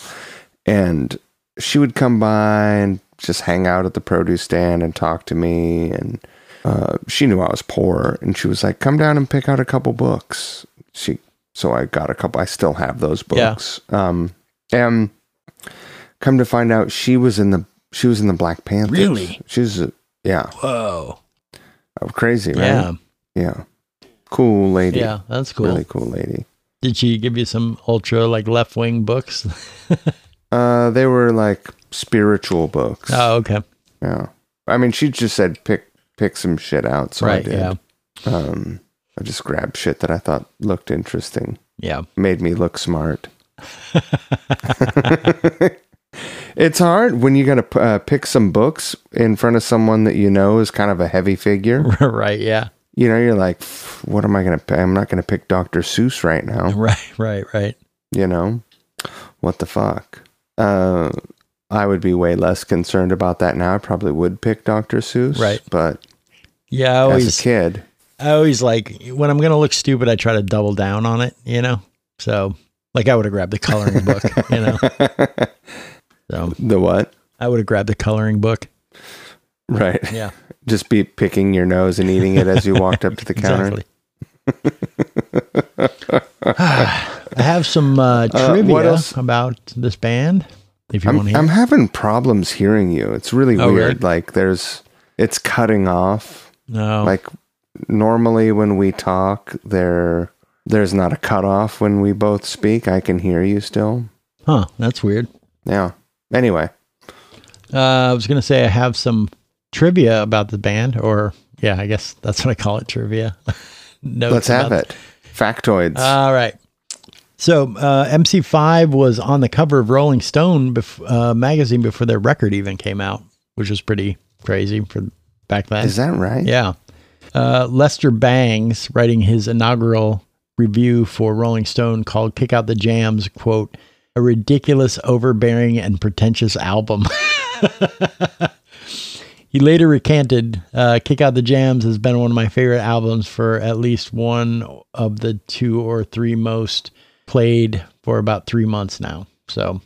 [SPEAKER 4] And she would come by and just hang out at the produce stand and talk to me and uh, she knew I was poor and she was like come down and pick out a couple books. She so I got a couple I still have those
[SPEAKER 1] Yeah.
[SPEAKER 4] books. Um and come to find out she was in the she was in the Black Panthers.
[SPEAKER 1] Really?
[SPEAKER 4] She was a, yeah,
[SPEAKER 1] Whoa.
[SPEAKER 4] crazy, right?
[SPEAKER 1] Yeah,
[SPEAKER 4] Yeah. Cool lady.
[SPEAKER 1] yeah. That's cool.
[SPEAKER 4] Really cool lady.
[SPEAKER 1] Did she give you some ultra like left wing books?
[SPEAKER 4] Uh, they were like spiritual books.
[SPEAKER 1] oh, okay.
[SPEAKER 4] Yeah. I mean, she just said pick pick some shit out, so I
[SPEAKER 1] right.
[SPEAKER 4] did.
[SPEAKER 1] Yeah.
[SPEAKER 4] Um, I just grabbed shit that I thought looked interesting,
[SPEAKER 1] Yeah.
[SPEAKER 4] made me look smart. it's hard when you got to uh, pick some books in front of someone that you know is kind of a heavy figure.
[SPEAKER 1] right. Yeah.
[SPEAKER 4] You know, you're like, "Pff, what am I going to pick? I'm not going to pick Dr. Seuss right now.
[SPEAKER 1] Right. Right. Right.
[SPEAKER 4] you know what the fuck uh i would be way less concerned about that now i probably would pick dr seuss
[SPEAKER 1] Right. Oh,
[SPEAKER 4] but
[SPEAKER 1] Yeah. I
[SPEAKER 4] as a
[SPEAKER 1] always,
[SPEAKER 4] kid
[SPEAKER 1] I always like when I'm going to look stupid, I try to double down on it, you know? So, like, I would have grabbed the coloring book, you know? So,
[SPEAKER 4] the what
[SPEAKER 1] I would have grabbed the coloring book.
[SPEAKER 4] right
[SPEAKER 1] Yeah.
[SPEAKER 4] just be picking your nose and eating it as you walked up to the counter
[SPEAKER 1] Exactly. I have some uh,
[SPEAKER 4] Uh, what
[SPEAKER 1] trivia
[SPEAKER 4] else?
[SPEAKER 1] about this band. If you want to
[SPEAKER 4] I'm,
[SPEAKER 1] hear,
[SPEAKER 4] I'm having problems hearing you it's really
[SPEAKER 1] Oh,
[SPEAKER 4] weird
[SPEAKER 1] really?
[SPEAKER 4] like there's it's cutting off
[SPEAKER 1] no,
[SPEAKER 4] like normally when we talk there there's not a cutoff when we both speak i can hear you still
[SPEAKER 1] huh? That's weird.
[SPEAKER 4] yeah anyway
[SPEAKER 1] Uh, I was going to say I have some trivia about the band, or yeah, I guess that's what I call it trivia. Notes
[SPEAKER 4] Let's have
[SPEAKER 1] about-
[SPEAKER 4] it. Factoids.
[SPEAKER 1] All right. So uh, MC5 was on the cover of Rolling Stone bef- uh, magazine before their record even came out, which was pretty crazy for back then.
[SPEAKER 4] Is that right?
[SPEAKER 1] yeah. uh, Lester Bangs writing his inaugural review for Rolling Stone called Kick Out the Jams, quote, a ridiculous, overbearing, and pretentious album. he later recanted, uh, Kick Out the Jams has been one of my favorite albums for at least one of the two or three most played for about three months now. So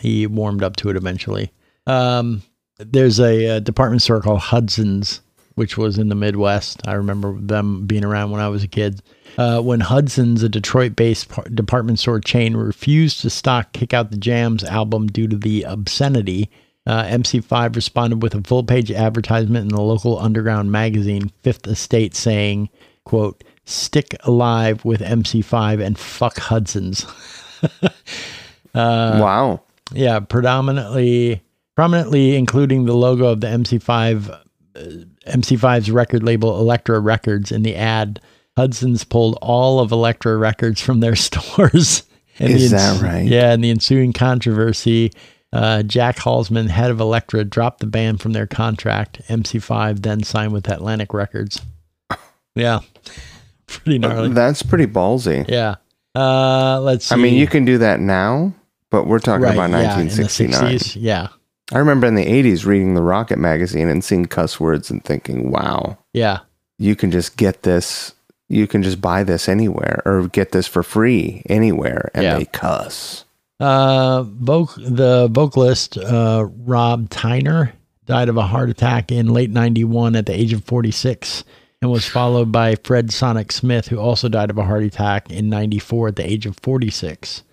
[SPEAKER 1] he warmed up to it eventually. Um, there's a, uh department store called Hudson's, which was in the Midwest. I remember them being around when I was a kid. Uh, when Hudson's, a Detroit based par- department store chain, refused to stock Kick Out the Jams album due to the obscenity, uh, MC5 responded with a full page advertisement in the local underground magazine, Fifth Estate, saying, quote, stick alive with MC5 and fuck Hudson's.
[SPEAKER 4] wow.
[SPEAKER 1] Yeah, predominantly, prominently including the logo of the MC5, uh, MC5's record label Elektra Records in the ad. Hudson's pulled all of Elektra Records from their stores. And
[SPEAKER 4] Is that right?
[SPEAKER 1] Yeah, and the ensuing controversy, uh, Jack Halsman, head of Elektra, dropped the band from their contract. MC5 then signed with Atlantic Records. Yeah, pretty gnarly.
[SPEAKER 4] That's pretty ballsy.
[SPEAKER 1] Yeah. Uh, let's see.
[SPEAKER 4] I mean, you can do that now, but we're talking
[SPEAKER 1] Right,
[SPEAKER 4] about
[SPEAKER 1] yeah, in the
[SPEAKER 4] 1969.
[SPEAKER 1] 60s, yeah.
[SPEAKER 4] I remember in the 80s reading the Rocket magazine and seeing cuss words and thinking, wow,
[SPEAKER 1] Yeah.
[SPEAKER 4] you can just get this, you can just buy this anywhere or get this for free anywhere. And
[SPEAKER 1] Yeah.
[SPEAKER 4] they cuss.
[SPEAKER 1] Uh, voc- the vocalist uh, Rob Tyner died of a heart attack in late 91 at the age of 46 and was followed by Fred Sonic Smith, who also died of a heart attack in 94 at the age of 46.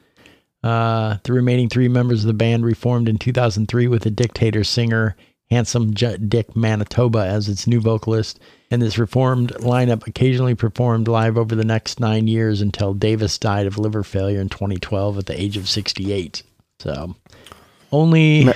[SPEAKER 1] Uh, the remaining three members of the band reformed in 2003 with the dictator singer Handsome J- Dick Manitoba as its new vocalist, and this reformed lineup occasionally performed live over the next nine years until Davis died of liver failure in 2012 at the age of 68. So only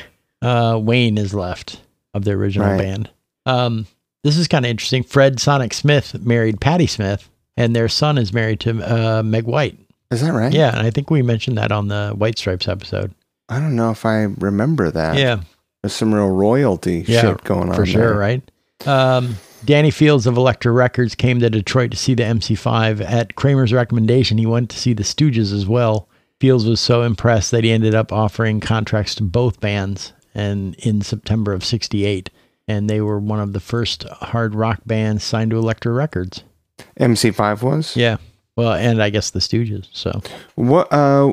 [SPEAKER 1] uh, Wayne is left of the original
[SPEAKER 4] Right.
[SPEAKER 1] band. Um, this is kind of interesting. Fred Sonic Smith married Patty Smith, and their son is married to uh, Meg White.
[SPEAKER 4] Is that right?
[SPEAKER 1] Yeah, and I think we mentioned that on the White Stripes episode.
[SPEAKER 4] I don't know if I remember that. There's some real royalty
[SPEAKER 1] Yeah,
[SPEAKER 4] shit going on
[SPEAKER 1] for sure,
[SPEAKER 4] there.
[SPEAKER 1] right? Um, Danny Fields of Elektra Records came to Detroit to see the MC5. At Kramer's recommendation, he went to see the Stooges as well. Fields was so impressed that he ended up offering contracts to both bands, and in September of '68, and they were one of the first hard rock bands signed to Elektra Records.
[SPEAKER 4] MC5 was?
[SPEAKER 1] Yeah, well, and I guess the Stooges. So
[SPEAKER 4] What, uh,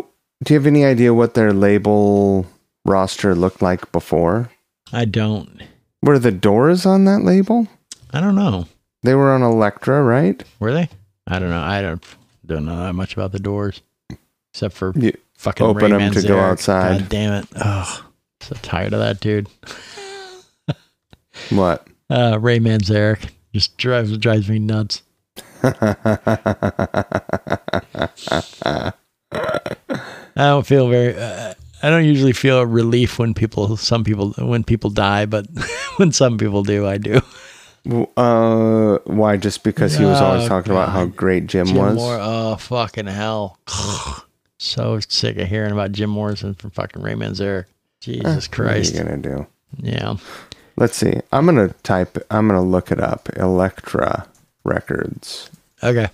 [SPEAKER 4] do you have any idea what their label roster looked like before?
[SPEAKER 1] I don't,
[SPEAKER 4] Were the doors on that label?
[SPEAKER 1] I don't know.
[SPEAKER 4] They were on Elektra, right?
[SPEAKER 1] Were they? I don't know. I don't don't know that much about the doors, except for
[SPEAKER 4] You-
[SPEAKER 1] fucking
[SPEAKER 4] open
[SPEAKER 1] Ray
[SPEAKER 4] 'em to
[SPEAKER 1] Manzarek.
[SPEAKER 4] go outside.
[SPEAKER 1] God damn it! Oh, so tired of that dude.
[SPEAKER 4] What?
[SPEAKER 1] Uh, Ray Manzarek just drives drives me nuts. I don't feel very. Uh, I don't usually feel relief when people, some people, when people die, but when some people do, I do.
[SPEAKER 4] Uh, why? Just because he was always
[SPEAKER 1] Oh,
[SPEAKER 4] talking about how
[SPEAKER 1] God.
[SPEAKER 4] great Jim,
[SPEAKER 1] Jim
[SPEAKER 4] was.
[SPEAKER 1] Moore. Oh, fucking hell. so sick of hearing about Jim Morrison from fucking Ray Manzarek. Jesus Christ.
[SPEAKER 4] What are Ah, you gonna do?
[SPEAKER 1] Yeah.
[SPEAKER 4] Let's see. I'm gonna type. I'm gonna look it up. Elektra Records,
[SPEAKER 1] Okay.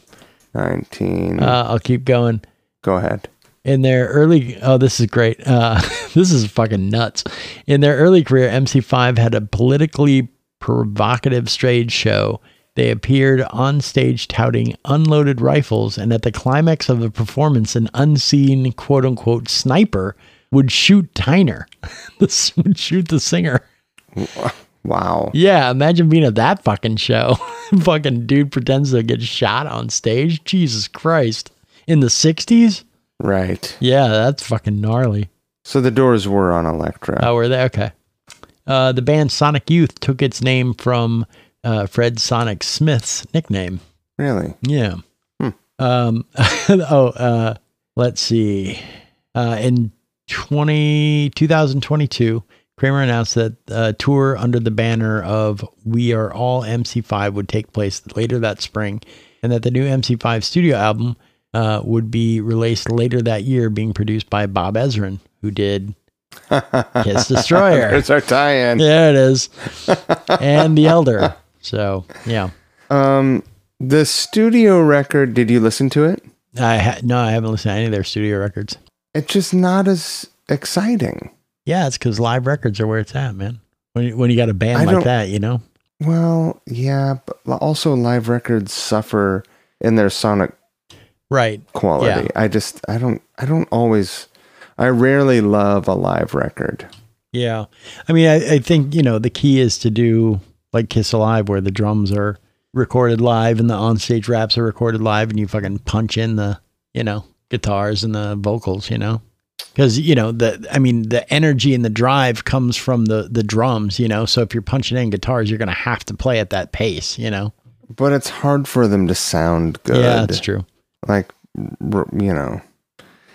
[SPEAKER 4] 19.
[SPEAKER 1] Uh, I'll keep going.
[SPEAKER 4] Go ahead.
[SPEAKER 1] In their early, oh, this is great. Uh, this is fucking nuts. In their early career, MC5 had a politically provocative stage show. They appeared on stage touting unloaded rifles, and at the climax of the performance, an unseen quote unquote sniper would shoot Tyner, this would shoot the singer.
[SPEAKER 4] Wow.
[SPEAKER 1] Yeah, imagine being at that fucking show. fucking dude pretends to get shot on stage. Jesus Christ. In the 60s?
[SPEAKER 4] Right.
[SPEAKER 1] Yeah, that's fucking gnarly.
[SPEAKER 4] So the doors were on Elektra.
[SPEAKER 1] Oh, we're there. Okay. Uh, the band Sonic Youth took its name from uh, Fred Sonic Smith's nickname.
[SPEAKER 4] Really?
[SPEAKER 1] Yeah. Um, oh, uh, let's see. Uh, in 20, 2022, Kramer announced that a tour under the banner of We Are All MC5 would take place later that spring, and that the new MC5 studio album uh, would be released later that year, being produced by Bob Ezrin, who did Kiss Destroyer.
[SPEAKER 4] There's our tie-in.
[SPEAKER 1] there it is. And The Elder. So, yeah.
[SPEAKER 4] Um, the studio record. Did you listen to it?
[SPEAKER 1] I ha- no, I haven't listened to any of their studio records.
[SPEAKER 4] It's just not as exciting.
[SPEAKER 1] Yeah, it's because live records are where it's at, man. When you, when you got a band
[SPEAKER 4] I
[SPEAKER 1] like
[SPEAKER 4] don't-
[SPEAKER 1] that, you know.
[SPEAKER 4] Well, yeah, but li- also live records suffer in their sonic
[SPEAKER 1] Right.
[SPEAKER 4] quality.
[SPEAKER 1] Yeah.
[SPEAKER 4] I just I don't I don't always I rarely love a live record.
[SPEAKER 1] Yeah. I mean, I, I think, you know, the key is to do like Kiss Alive, where the drums are recorded live and the onstage raps are recorded live and you fucking punch in the, you know, guitars and the vocals, you know? Because, you know, the, I mean, the energy and the drive comes from the, the drums, you know? So if you're punching in guitars, you're going to have to play at that pace, you know?
[SPEAKER 4] But it's hard for them to sound good.
[SPEAKER 1] Yeah, that's true.
[SPEAKER 4] like r- you know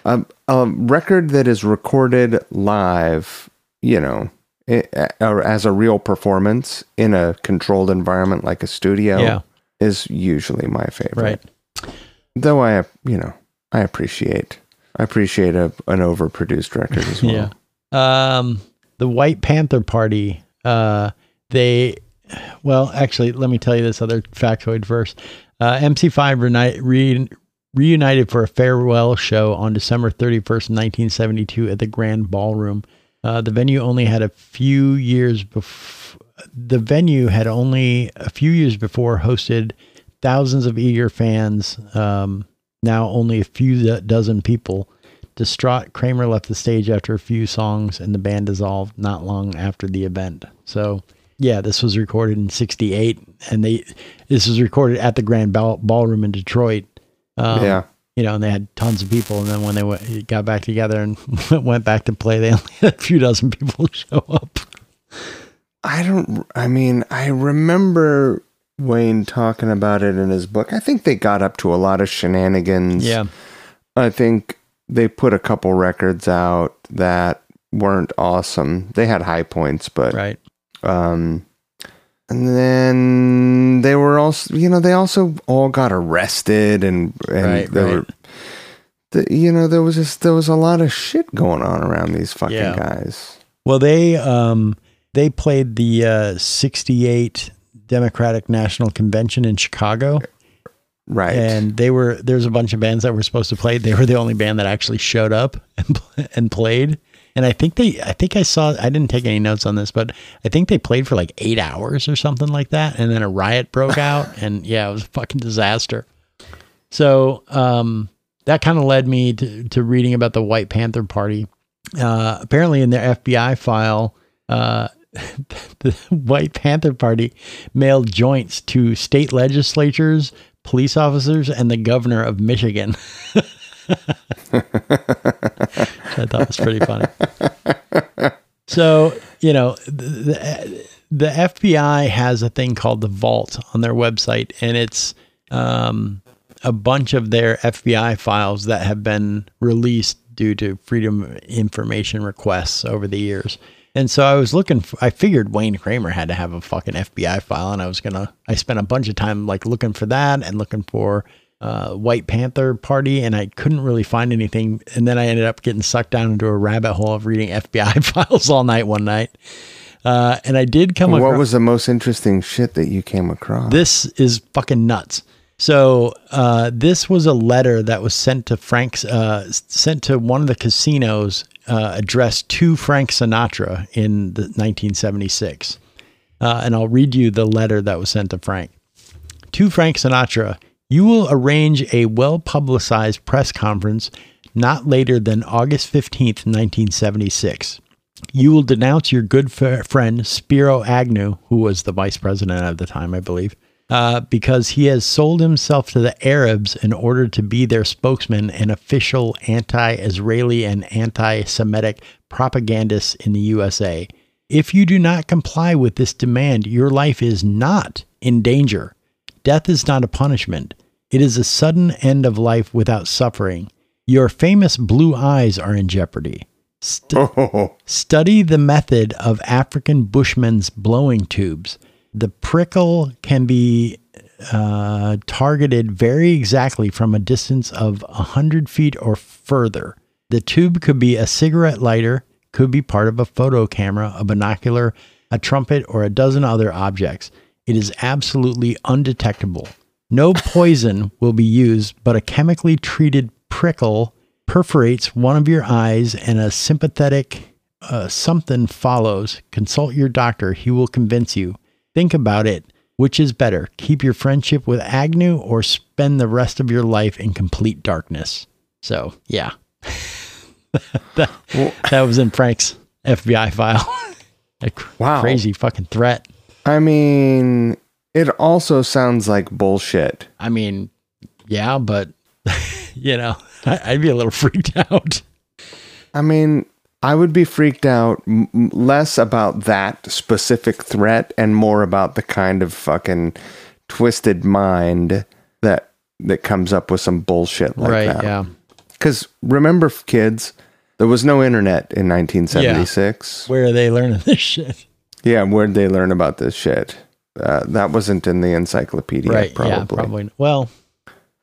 [SPEAKER 4] a, a record that is recorded live you know i or as a real performance in a controlled environment like a studio
[SPEAKER 1] Yeah.
[SPEAKER 4] is usually my favorite
[SPEAKER 1] Right.
[SPEAKER 4] though i you know i appreciate i appreciate a, an overproduced record as well
[SPEAKER 1] Yeah. Um, the White Panther Party. Uh, they, well, actually, let me tell you this other factoid first. Uh, MC5 reuni- re- reunited for a farewell show on December 31st, 1972, at the Grand Ballroom. Uh, the venue only had a few years before. The venue had only a few years before hosted thousands of eager fans. Um, now only a few do- dozen people. Distraught, Kramer left the stage after a few songs, and the band dissolved not long after the event. So, yeah, this was recorded in '68, and they this was recorded at the Grand Ball- Ballroom in Detroit. Um,
[SPEAKER 4] Yeah.
[SPEAKER 1] you know, and they had tons of people, and then when they went, got back together and went back to play, they only had a few dozen people show up.
[SPEAKER 4] I don't. I mean, I remember Wayne talking about it in his book. I think they got up to a lot of shenanigans.
[SPEAKER 1] Yeah.
[SPEAKER 4] I think they put a couple records out that weren't awesome. They had high points, but
[SPEAKER 1] Right.
[SPEAKER 4] um, and then they were also, you know, they also all got arrested and and
[SPEAKER 1] Right,
[SPEAKER 4] they
[SPEAKER 1] right.
[SPEAKER 4] were. the- You know, there was just there was a lot of shit going on around these fucking
[SPEAKER 1] Yeah.
[SPEAKER 4] guys.
[SPEAKER 1] Well, they um, they played the uh, '68 Democratic National Convention in Chicago,
[SPEAKER 4] Right.
[SPEAKER 1] and they were there's a bunch of bands that were supposed to play. They were the only band that actually showed up and pl- and played. And I think they, I think I saw, I didn't take any notes on this, but I think they played for like eight hours or something like that, and then a riot broke out, and yeah, it was a fucking disaster. So um, that kind of led me to, to reading about the White Panther Party. Uh, apparently, in their FBI file, uh, the White Panther Party mailed joints to state legislatures, police officers, and the governor of Michigan. Which I thought was pretty funny. So, you know, the, the FBI has a thing called the Vault on their website, and it's um, a bunch of their FBI files that have been released due to freedom of information requests over the years. And so I was looking for, I figured Wayne Kramer had to have a fucking FBI file, and I was gonna, I spent a bunch of time like looking for that and looking for uh, White Panther Party, and I couldn't really find anything. And then I ended up getting sucked down into a rabbit hole of reading FBI files all night one night. Uh, and I did come
[SPEAKER 4] what
[SPEAKER 1] across.
[SPEAKER 4] was the most interesting shit that you came across?
[SPEAKER 1] This is fucking nuts. So uh, this was a letter that was sent to Frank's, uh, s- sent to one of the casinos, uh, addressed to Frank Sinatra in the 1976. Uh, and I'll read you the letter that was sent to Frank. To Frank Sinatra, you will arrange a well publicized press conference not later than August 15th, 1976. You will denounce your good f- friend Spiro Agnew, who was the vice president at the time, I believe, uh, because he has sold himself to the Arabs in order to be their spokesman and official anti Israeli and anti Semitic propagandist in the USA. If you do not comply with this demand, your life is not in danger. Death is not a punishment. It is a sudden end of life without suffering. Your famous blue eyes are in jeopardy. St- Study the method of African Bushmen's blowing tubes. The prickle can be uh, targeted very exactly from a distance of 100 feet or further. The tube could be a cigarette lighter, could be part of a photo camera, a binocular, a trumpet, or a dozen other objects. It is absolutely undetectable. No poison will be used, but a chemically treated prickle perforates one of your eyes and a sympathetic uh, something follows. Consult your doctor, he will convince you. Think about it. Which is better, keep your friendship with Agnew or spend the rest of your life in complete darkness? So, yeah. that, that was in Frank's FBI file. a cr-
[SPEAKER 4] Wow.
[SPEAKER 1] crazy fucking threat.
[SPEAKER 4] I mean, it also sounds like bullshit.
[SPEAKER 1] I mean, yeah, but you know, I, I'd be a little freaked out.
[SPEAKER 4] I mean, I would be freaked out m- m- less about that specific threat and more about the kind of fucking twisted mind that that comes up with some bullshit like that.
[SPEAKER 1] Yeah.
[SPEAKER 4] Cuz remember f- kids, there was no internet in 1976.
[SPEAKER 1] Where are they learning this shit?
[SPEAKER 4] Yeah, where'd they learn about this shit? Uh, that wasn't in the encyclopedia
[SPEAKER 1] right.
[SPEAKER 4] probably.
[SPEAKER 1] Yeah. Probably. Well.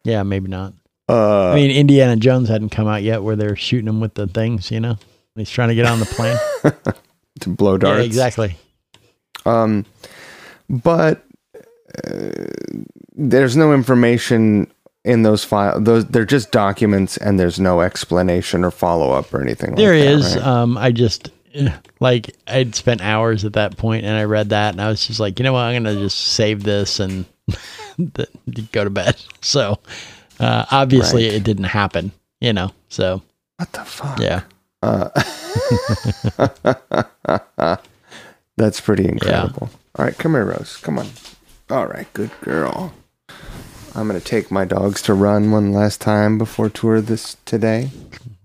[SPEAKER 1] Yeah. Maybe not.
[SPEAKER 4] Uh,
[SPEAKER 1] I mean, Indiana Jones hadn't come out yet, where they're shooting him with the things. You know, he's trying to get on the plane.
[SPEAKER 4] to blow
[SPEAKER 1] yeah,
[SPEAKER 4] darts.
[SPEAKER 1] exactly.
[SPEAKER 4] Um, but uh, there's no information in those files. Those they're just documents, and there's no explanation or follow up or anything.
[SPEAKER 1] There
[SPEAKER 4] like
[SPEAKER 1] is.
[SPEAKER 4] That, right?
[SPEAKER 1] Um, I just like I'd spent hours at that point, and I read that, and I was just like, you know what, I'm gonna just save this and th- go to bed. So uh, obviously,
[SPEAKER 4] Right.
[SPEAKER 1] it didn't happen. You know, so
[SPEAKER 4] What the fuck?
[SPEAKER 1] yeah,
[SPEAKER 4] That's pretty incredible. All right, come here, Rose. Come on. All right, good girl. I'm gonna take my dogs to run one last time before tour this today.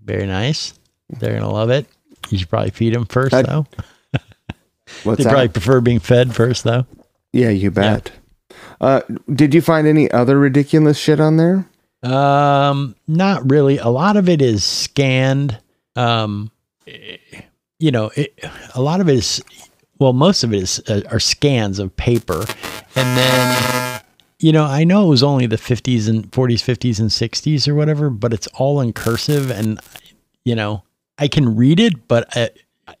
[SPEAKER 1] very nice. They're gonna love it. You should probably feed them first,
[SPEAKER 4] I-
[SPEAKER 1] though.
[SPEAKER 4] What's
[SPEAKER 1] They
[SPEAKER 4] that?
[SPEAKER 1] probably prefer being fed first, though.
[SPEAKER 4] Yeah, you bet. Uh, did you find any other ridiculous shit on there?
[SPEAKER 1] Um, not really. A lot of it is scanned. Um, eh, you know, it, a lot of it is, well, most of it is uh, are scans of paper, and then, you know, I know it was only the fifties and forties, fifties and sixties or whatever, but it's all in cursive, and you know, I can read it, but I,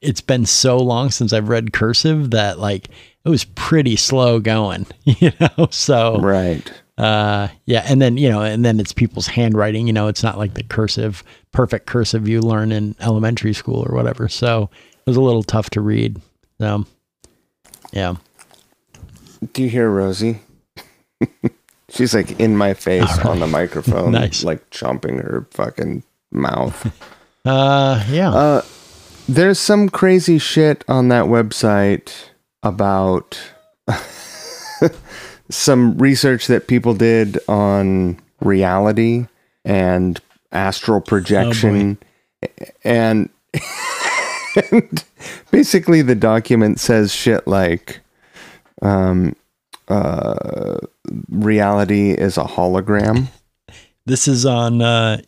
[SPEAKER 1] it's been so long since I've read cursive that like it was pretty slow going, you know. So
[SPEAKER 4] Right.
[SPEAKER 1] uh yeah and then you know and then it's people's handwriting you know it's not like the cursive perfect cursive you learn in elementary school or whatever so it was a little tough to read so yeah
[SPEAKER 4] Do you hear Rosie? She's like in my face on the microphone,
[SPEAKER 1] Nice.
[SPEAKER 4] like chomping her fucking mouth.
[SPEAKER 1] uh yeah
[SPEAKER 4] There's some crazy shit on that website about some research that people did on reality and astral projection and, and basically the document says shit like um uh reality is a hologram
[SPEAKER 1] this is on uh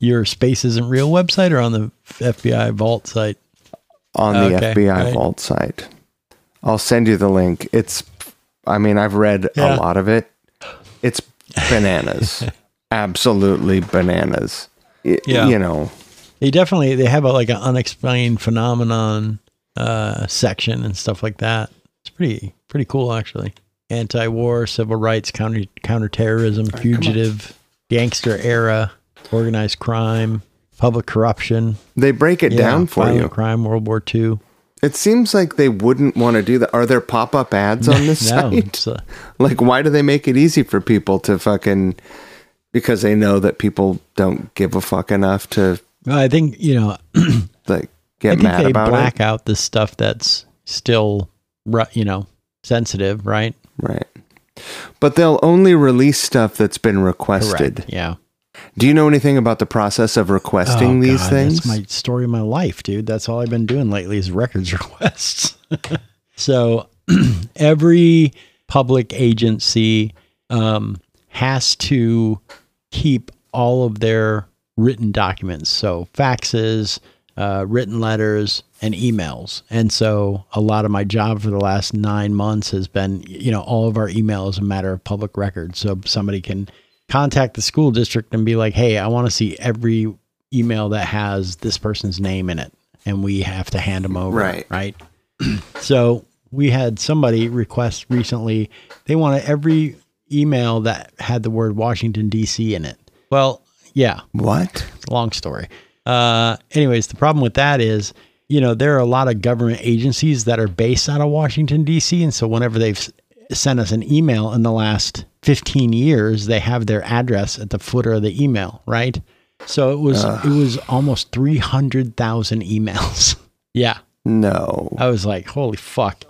[SPEAKER 1] your space isn't real website or on the fbi vault site
[SPEAKER 4] on the
[SPEAKER 1] Okay,
[SPEAKER 4] FBI
[SPEAKER 1] right.
[SPEAKER 4] vault site. I'll send you the link. It's, I mean, I've read
[SPEAKER 1] Yeah.
[SPEAKER 4] a lot of it. It's bananas, absolutely bananas. Y-
[SPEAKER 1] Yeah.
[SPEAKER 4] You know,
[SPEAKER 1] they definitely they have a, like an unexplained phenomenon uh section and stuff like that it's pretty pretty cool actually anti-war civil rights counter counterterrorism fugitive gangster era organized crime public corruption
[SPEAKER 4] they break it
[SPEAKER 1] yeah,
[SPEAKER 4] down for
[SPEAKER 1] violent
[SPEAKER 4] you.
[SPEAKER 1] crime world war ii
[SPEAKER 4] It seems like they wouldn't want to do that. Are there pop up ads on this
[SPEAKER 1] no
[SPEAKER 4] site?
[SPEAKER 1] it's uh, a-
[SPEAKER 4] Like, why do they make it easy for people to fucking? Because they know that people don't give a fuck enough to
[SPEAKER 1] well, i think you know
[SPEAKER 4] like
[SPEAKER 1] i
[SPEAKER 4] get
[SPEAKER 1] think
[SPEAKER 4] mad
[SPEAKER 1] they
[SPEAKER 4] about
[SPEAKER 1] black
[SPEAKER 4] it.
[SPEAKER 1] out the stuff that's still ru- you know sensitive right
[SPEAKER 4] Right. But they'll only release stuff that's been requested.
[SPEAKER 1] yeah
[SPEAKER 4] Do you know anything about the process of requesting
[SPEAKER 1] Oh,
[SPEAKER 4] these
[SPEAKER 1] God,
[SPEAKER 4] things?
[SPEAKER 1] That's my story of my life, dude. That's all I've been doing lately is records requests. so every public agency um, has to keep all of their written documents. So faxes, uh, written letters, and emails. And so a lot of my job for the last nine months has been, you know, all of our email is a matter of public record. So somebody can contact the school district and be like, hey, I want to see every email that has this person's name in it. And we have to hand them over.
[SPEAKER 4] Right.
[SPEAKER 1] Right. So we had somebody request recently they wanted every email that had the word Washington D.C. in it. Well, yeah,
[SPEAKER 4] What?
[SPEAKER 1] it's a long story. Uh, anyways, the problem with that is, you know, there are a lot of government agencies that are based out of Washington, D.C. And so whenever they've s- sent us an email in the last 15 years, they have their address at the footer of the email, right? So it was it was almost 300,000 emails. yeah.
[SPEAKER 4] No.
[SPEAKER 1] I was like, holy fuck.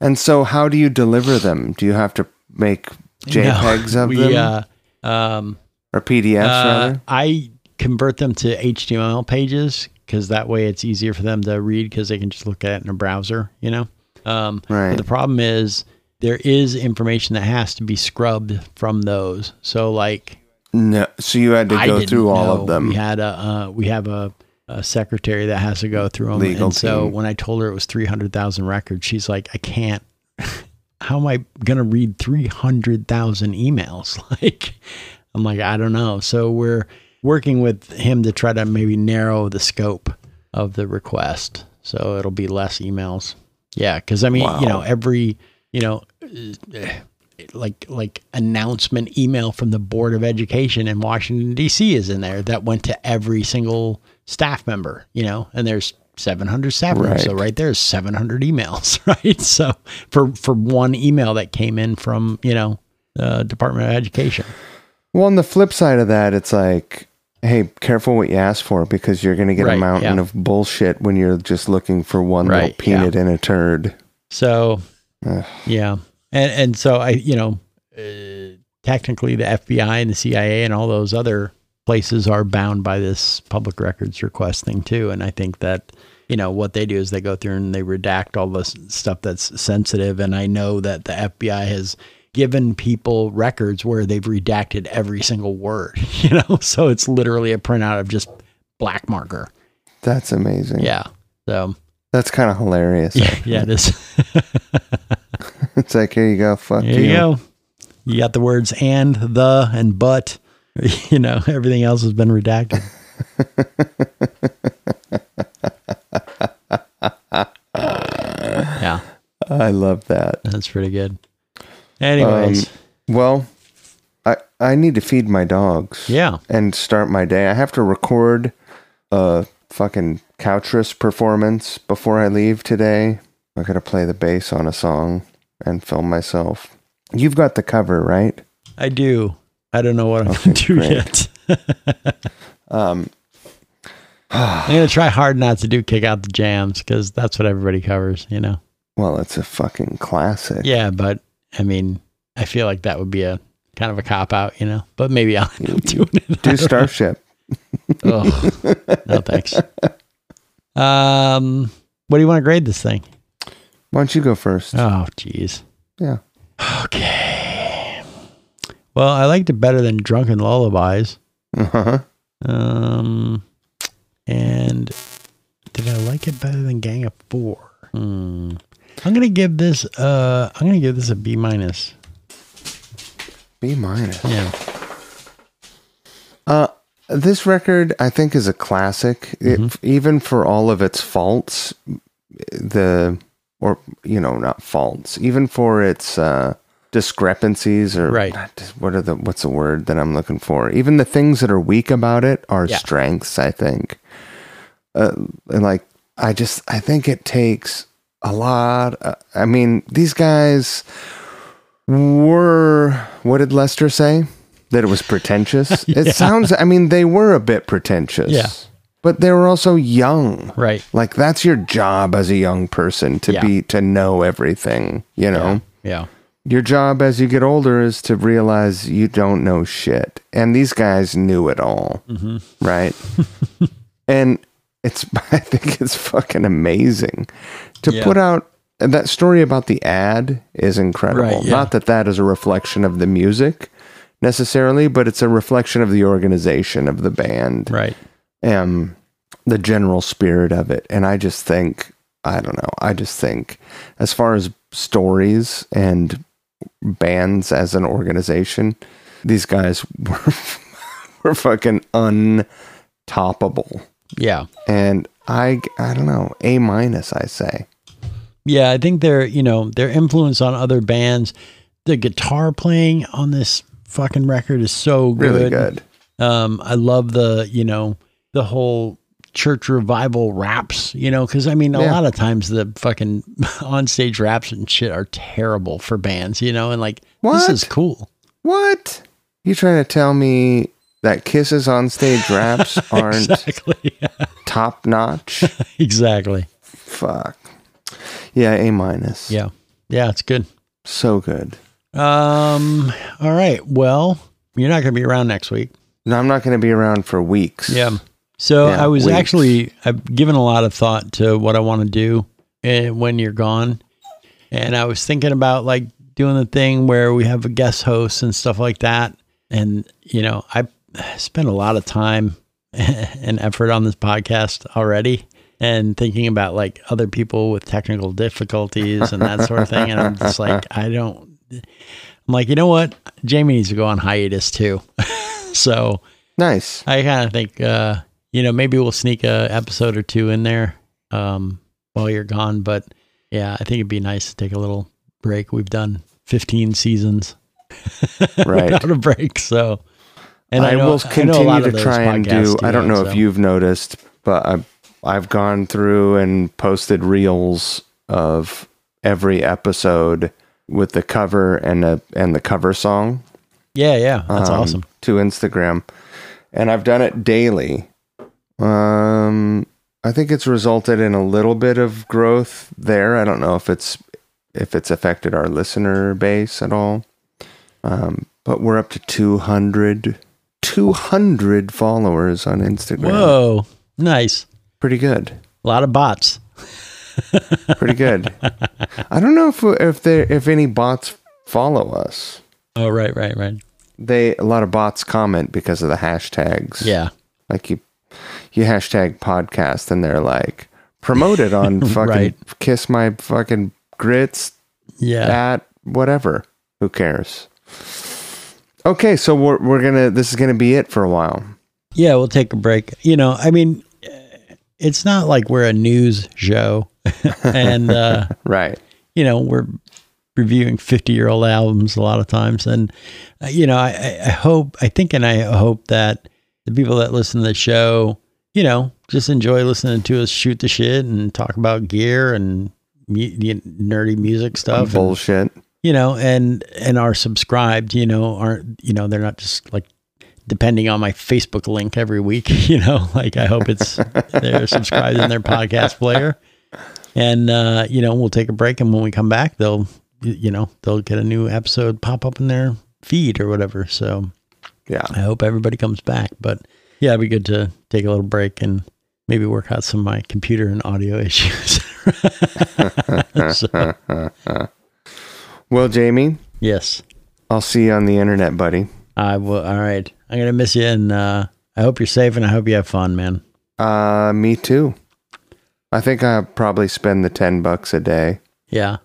[SPEAKER 4] And so, how do you deliver them? Do you have to make JPEGs
[SPEAKER 1] No,
[SPEAKER 4] of
[SPEAKER 1] we,
[SPEAKER 4] them
[SPEAKER 1] Uh, um,
[SPEAKER 4] or PDFs
[SPEAKER 1] Uh,
[SPEAKER 4] rather?
[SPEAKER 1] I convert them to HTML pages because that way it's easier for them to read because they can just look at it in a browser, you know? Um,
[SPEAKER 4] Right.
[SPEAKER 1] But the problem is there is information that has to be scrubbed from those. So, like,
[SPEAKER 4] No. So you had to
[SPEAKER 1] I
[SPEAKER 4] go
[SPEAKER 1] didn't
[SPEAKER 4] through all
[SPEAKER 1] know.
[SPEAKER 4] of them.
[SPEAKER 1] We had a uh, we have a, a secretary that has to go through them.
[SPEAKER 4] Legal
[SPEAKER 1] and so
[SPEAKER 4] team.
[SPEAKER 1] when I told her it was three hundred thousand records, she's like, I can't. How am I gonna read three hundred thousand emails? Like, I'm like, I don't know. So we're working with him to try to maybe narrow the scope of the request, so it'll be less emails. Yeah, because I mean, you know, every you know, like like announcement email from the board of education in Washington D.C. is in there that went to every single staff member, you know, and there's 707.
[SPEAKER 4] Right.
[SPEAKER 1] So right there is 700 emails, right? So for for one email that came in from you know uh, Department of Education,
[SPEAKER 4] Well, on the flip side of that, it's like, hey, careful what you ask for because you're going to get
[SPEAKER 1] Right,
[SPEAKER 4] a mountain
[SPEAKER 1] yeah.
[SPEAKER 4] of bullshit when you're just looking for one
[SPEAKER 1] Right,
[SPEAKER 4] little peanut in a turd.
[SPEAKER 1] so
[SPEAKER 4] Ugh.
[SPEAKER 1] yeah, and and so I you know uh, technically the FBI and the CIA and all those other places are bound by this public records request thing too. And I think that, you know, what they do is they go through and they redact all the s- stuff that's sensitive. And I know that the FBI has given people records where they've redacted every single word, you know, so it's literally a printout of just black marker.
[SPEAKER 4] That's amazing.
[SPEAKER 1] Yeah. So
[SPEAKER 4] That's kind of hilarious.
[SPEAKER 1] yeah, yeah, it is.
[SPEAKER 4] it's like, here you go. Fuck
[SPEAKER 1] There you go. You got the words and the and but, you know, everything else has been redacted. yeah,
[SPEAKER 4] I love that.
[SPEAKER 1] that's pretty good. Anyways,
[SPEAKER 4] Um, Well, I I need to feed my dogs.
[SPEAKER 1] yeah.
[SPEAKER 4] and start my day. I have to record a fucking Couchris performance before I leave today. I gotta play the bass on a song and film myself. You've got the cover, right?
[SPEAKER 1] I do. I don't know what I'm going to do
[SPEAKER 4] great.
[SPEAKER 1] yet.
[SPEAKER 4] Um,
[SPEAKER 1] I'm going to try hard not to do kick out the jams because that's what everybody covers, you know?
[SPEAKER 4] well, it's a fucking classic.
[SPEAKER 1] Yeah, but I mean, I feel like that would be a kind of a cop out, you know? But maybe I'll end up doing it.
[SPEAKER 4] Do Starship.
[SPEAKER 1] Ugh, no thanks. Um, what do you want to grade this thing?
[SPEAKER 4] Why don't you go first?
[SPEAKER 1] Oh, jeez.
[SPEAKER 4] yeah.
[SPEAKER 1] Okay. Well, I liked it better than Drunken Lullabies.
[SPEAKER 4] Uh-huh.
[SPEAKER 1] Um, and did I like it better than Gang of Four? Hmm. I'm gonna give this. Uh, I'm gonna give this a B minus.
[SPEAKER 4] B minus.
[SPEAKER 1] Yeah.
[SPEAKER 4] Uh, this record, I think, is a classic. It-
[SPEAKER 1] Mm-hmm.
[SPEAKER 4] even for all of its faults, the or you know, not faults. Even for its uh, discrepancies, or
[SPEAKER 1] Right.
[SPEAKER 4] not dis- What are the what's the word that I'm looking for? Even the things that are weak about it are
[SPEAKER 1] Yeah.
[SPEAKER 4] strengths. I think. Uh, and like I just, I think it takes a lot. Uh, I mean, these guys were what did Lester say? That it was pretentious. It sounds I mean they were a bit pretentious.
[SPEAKER 1] Yeah.
[SPEAKER 4] But they were also young.
[SPEAKER 1] Right.
[SPEAKER 4] Like that's your job as a young person to
[SPEAKER 1] Yeah.
[SPEAKER 4] be to know everything, you know.
[SPEAKER 1] Yeah.
[SPEAKER 4] Your job as you get older is to realize you don't know shit. And these guys knew it all, right?
[SPEAKER 1] Mm-hmm.
[SPEAKER 4] and it's, I think it's fucking amazing to
[SPEAKER 1] Yeah.
[SPEAKER 4] put out and that story about the ad is incredible.
[SPEAKER 1] Right, yeah.
[SPEAKER 4] Not that that is a reflection of the music necessarily, but it's a reflection of the organization of the band
[SPEAKER 1] Right.
[SPEAKER 4] um, the general spirit of it. And I just think, I don't know, I just think, as far as stories and bands as an organization, these guys were, were fucking untoppable.
[SPEAKER 1] Yeah.
[SPEAKER 4] And I, I don't know, A minus, I say.
[SPEAKER 1] Yeah, I think they're, you know, their influence on other bands. The guitar playing on this fucking record is so good.
[SPEAKER 4] Really good.
[SPEAKER 1] Um, I love the, you know, the whole church revival raps, you know, because I mean, a
[SPEAKER 4] Yeah.
[SPEAKER 1] lot of times the fucking on stage raps and shit are terrible for bands, you know, and like, this
[SPEAKER 4] What?
[SPEAKER 1] is cool.
[SPEAKER 4] What? You trying to tell me that kisses on stage raps aren't
[SPEAKER 1] Exactly.
[SPEAKER 4] top notch?
[SPEAKER 1] exactly.
[SPEAKER 4] Fuck. Yeah, A minus.
[SPEAKER 1] Yeah. Yeah, it's good.
[SPEAKER 4] So good.
[SPEAKER 1] Um, all right. Well, you're not going to be around next week.
[SPEAKER 4] No, I'm not going to be around for weeks.
[SPEAKER 1] Yeah. So
[SPEAKER 4] Yeah,
[SPEAKER 1] I was
[SPEAKER 4] weeks.
[SPEAKER 1] actually I've given a lot of thought to what I want to do eh, when you're gone, and I was thinking about like doing the thing where we have a guest host and stuff like that. And you know, I spent a lot of time and effort on this podcast already, and thinking about like other people with technical difficulties and that sort of thing. And I'm just like, I don't. I'm like, you know what? Jamie needs to go on hiatus too. so
[SPEAKER 4] Nice.
[SPEAKER 1] I kind of think, uh, you know, maybe we'll sneak a episode or two in there um, while you're gone. But yeah, I think it'd be nice to take a little break. We've done 15 seasons
[SPEAKER 4] Right.
[SPEAKER 1] without a break, so.
[SPEAKER 4] I,
[SPEAKER 1] know-
[SPEAKER 4] will
[SPEAKER 1] know a
[SPEAKER 4] continue
[SPEAKER 1] lot of
[SPEAKER 4] to
[SPEAKER 1] those
[SPEAKER 4] try and
[SPEAKER 1] podcasts
[SPEAKER 4] do. I don't
[SPEAKER 1] that,
[SPEAKER 4] know
[SPEAKER 1] so.
[SPEAKER 4] if you've noticed, but I've, I've gone through and posted reels of every episode with the cover and a and the cover song.
[SPEAKER 1] Yeah, yeah, that's
[SPEAKER 4] um,
[SPEAKER 1] awesome.
[SPEAKER 4] To Instagram, and I've done it daily. Um, I think it's resulted in a little bit of growth there. I don't know if it's if it's affected our listener base at all. Um, but we're up to 200, 200 followers on Instagram.
[SPEAKER 1] Whoa, nice.
[SPEAKER 4] Pretty good.
[SPEAKER 1] A lot of bots.
[SPEAKER 4] Pretty good. I don't know if if there if any bots follow us.
[SPEAKER 1] Oh, right, right, right.
[SPEAKER 4] They a lot of bots comment because of the hashtags.
[SPEAKER 1] Yeah,
[SPEAKER 4] like you you hashtag podcast and they're like promoted on fucking
[SPEAKER 1] Right.
[SPEAKER 4] kiss my fucking grits
[SPEAKER 1] yeah.
[SPEAKER 4] at whatever who cares okay so we're, we're gonna this is gonna be it for a while
[SPEAKER 1] Yeah, we'll take a break. You know, I mean, it's not like we're a news show and, uh,
[SPEAKER 4] right
[SPEAKER 1] you know, we're reviewing 50 year old albums a lot of times. And, uh, you know, I, I- I hope, I think, and I hope that the people that listen to the show, you know, just enjoy listening to us shoot the shit and talk about gear and mu- you know, nerdy music stuff. and-
[SPEAKER 4] bullshit
[SPEAKER 1] you know, and and are subscribed, you know, aren't you know, they're not just like depending on my Facebook link every week, you know, like I hope it's they're subscribed in their podcast player. And uh, you know, we'll take a break and when we come back, they'll y- you know, they'll get a new episode pop up in their feed or whatever. So
[SPEAKER 4] yeah
[SPEAKER 1] I hope everybody comes back, but yeah, it'd be good to take a little break and maybe work out some of my computer and audio issues. So,
[SPEAKER 4] well jamie
[SPEAKER 1] yes.
[SPEAKER 4] i'll see you on the internet buddy
[SPEAKER 1] I will. All right. I'm going to miss you. And uh, I hope you're safe and I hope you have fun, man.
[SPEAKER 4] uh me too i think i probably spend the 10 bucks a day
[SPEAKER 1] Yeah.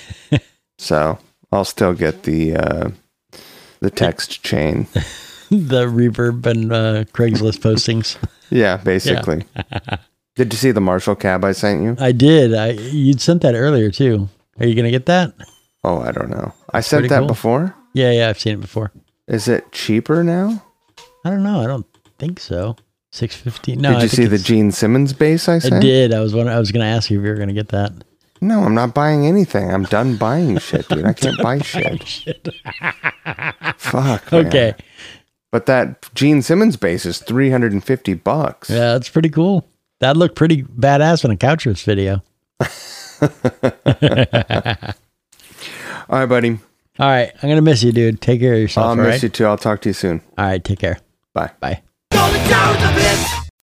[SPEAKER 4] so i'll still get the uh the text chain
[SPEAKER 1] the reverb and uh, Craigslist postings.
[SPEAKER 4] Yeah, basically. Did you see the Marshall cab I sent you?
[SPEAKER 1] I did. I You'd sent that earlier, too. Are you going to get that?
[SPEAKER 4] Oh, I don't know. I sent
[SPEAKER 1] pretty
[SPEAKER 4] that
[SPEAKER 1] cool.
[SPEAKER 4] before.
[SPEAKER 1] Yeah. Yeah. I've seen it before.
[SPEAKER 4] Is it cheaper now?
[SPEAKER 1] I don't know. I don't think so. 615. No.
[SPEAKER 4] did
[SPEAKER 1] I
[SPEAKER 4] you
[SPEAKER 1] think
[SPEAKER 4] see the
[SPEAKER 1] it's-
[SPEAKER 4] Gene Simmons bass I
[SPEAKER 1] I
[SPEAKER 4] sent?
[SPEAKER 1] did. I was wondering, I was going to ask you if you were going to get that.
[SPEAKER 4] No, I'm not buying anything. I'm done buying shit, dude. I can't buy shit. Fuck. man.
[SPEAKER 1] Okay.
[SPEAKER 4] But that Gene Simmons bass is 350 bucks.
[SPEAKER 1] Yeah. That's pretty cool. That looked pretty badass in a Couchers video.
[SPEAKER 4] All right, buddy.
[SPEAKER 1] All right. I'm going to miss you, dude. Take care of yourself.
[SPEAKER 4] I'll
[SPEAKER 1] all
[SPEAKER 4] miss
[SPEAKER 1] right?
[SPEAKER 4] you too. I'll talk to you soon.
[SPEAKER 1] All right. Take care.
[SPEAKER 4] Bye.
[SPEAKER 1] Bye.
[SPEAKER 2] Golden Showers of Hits.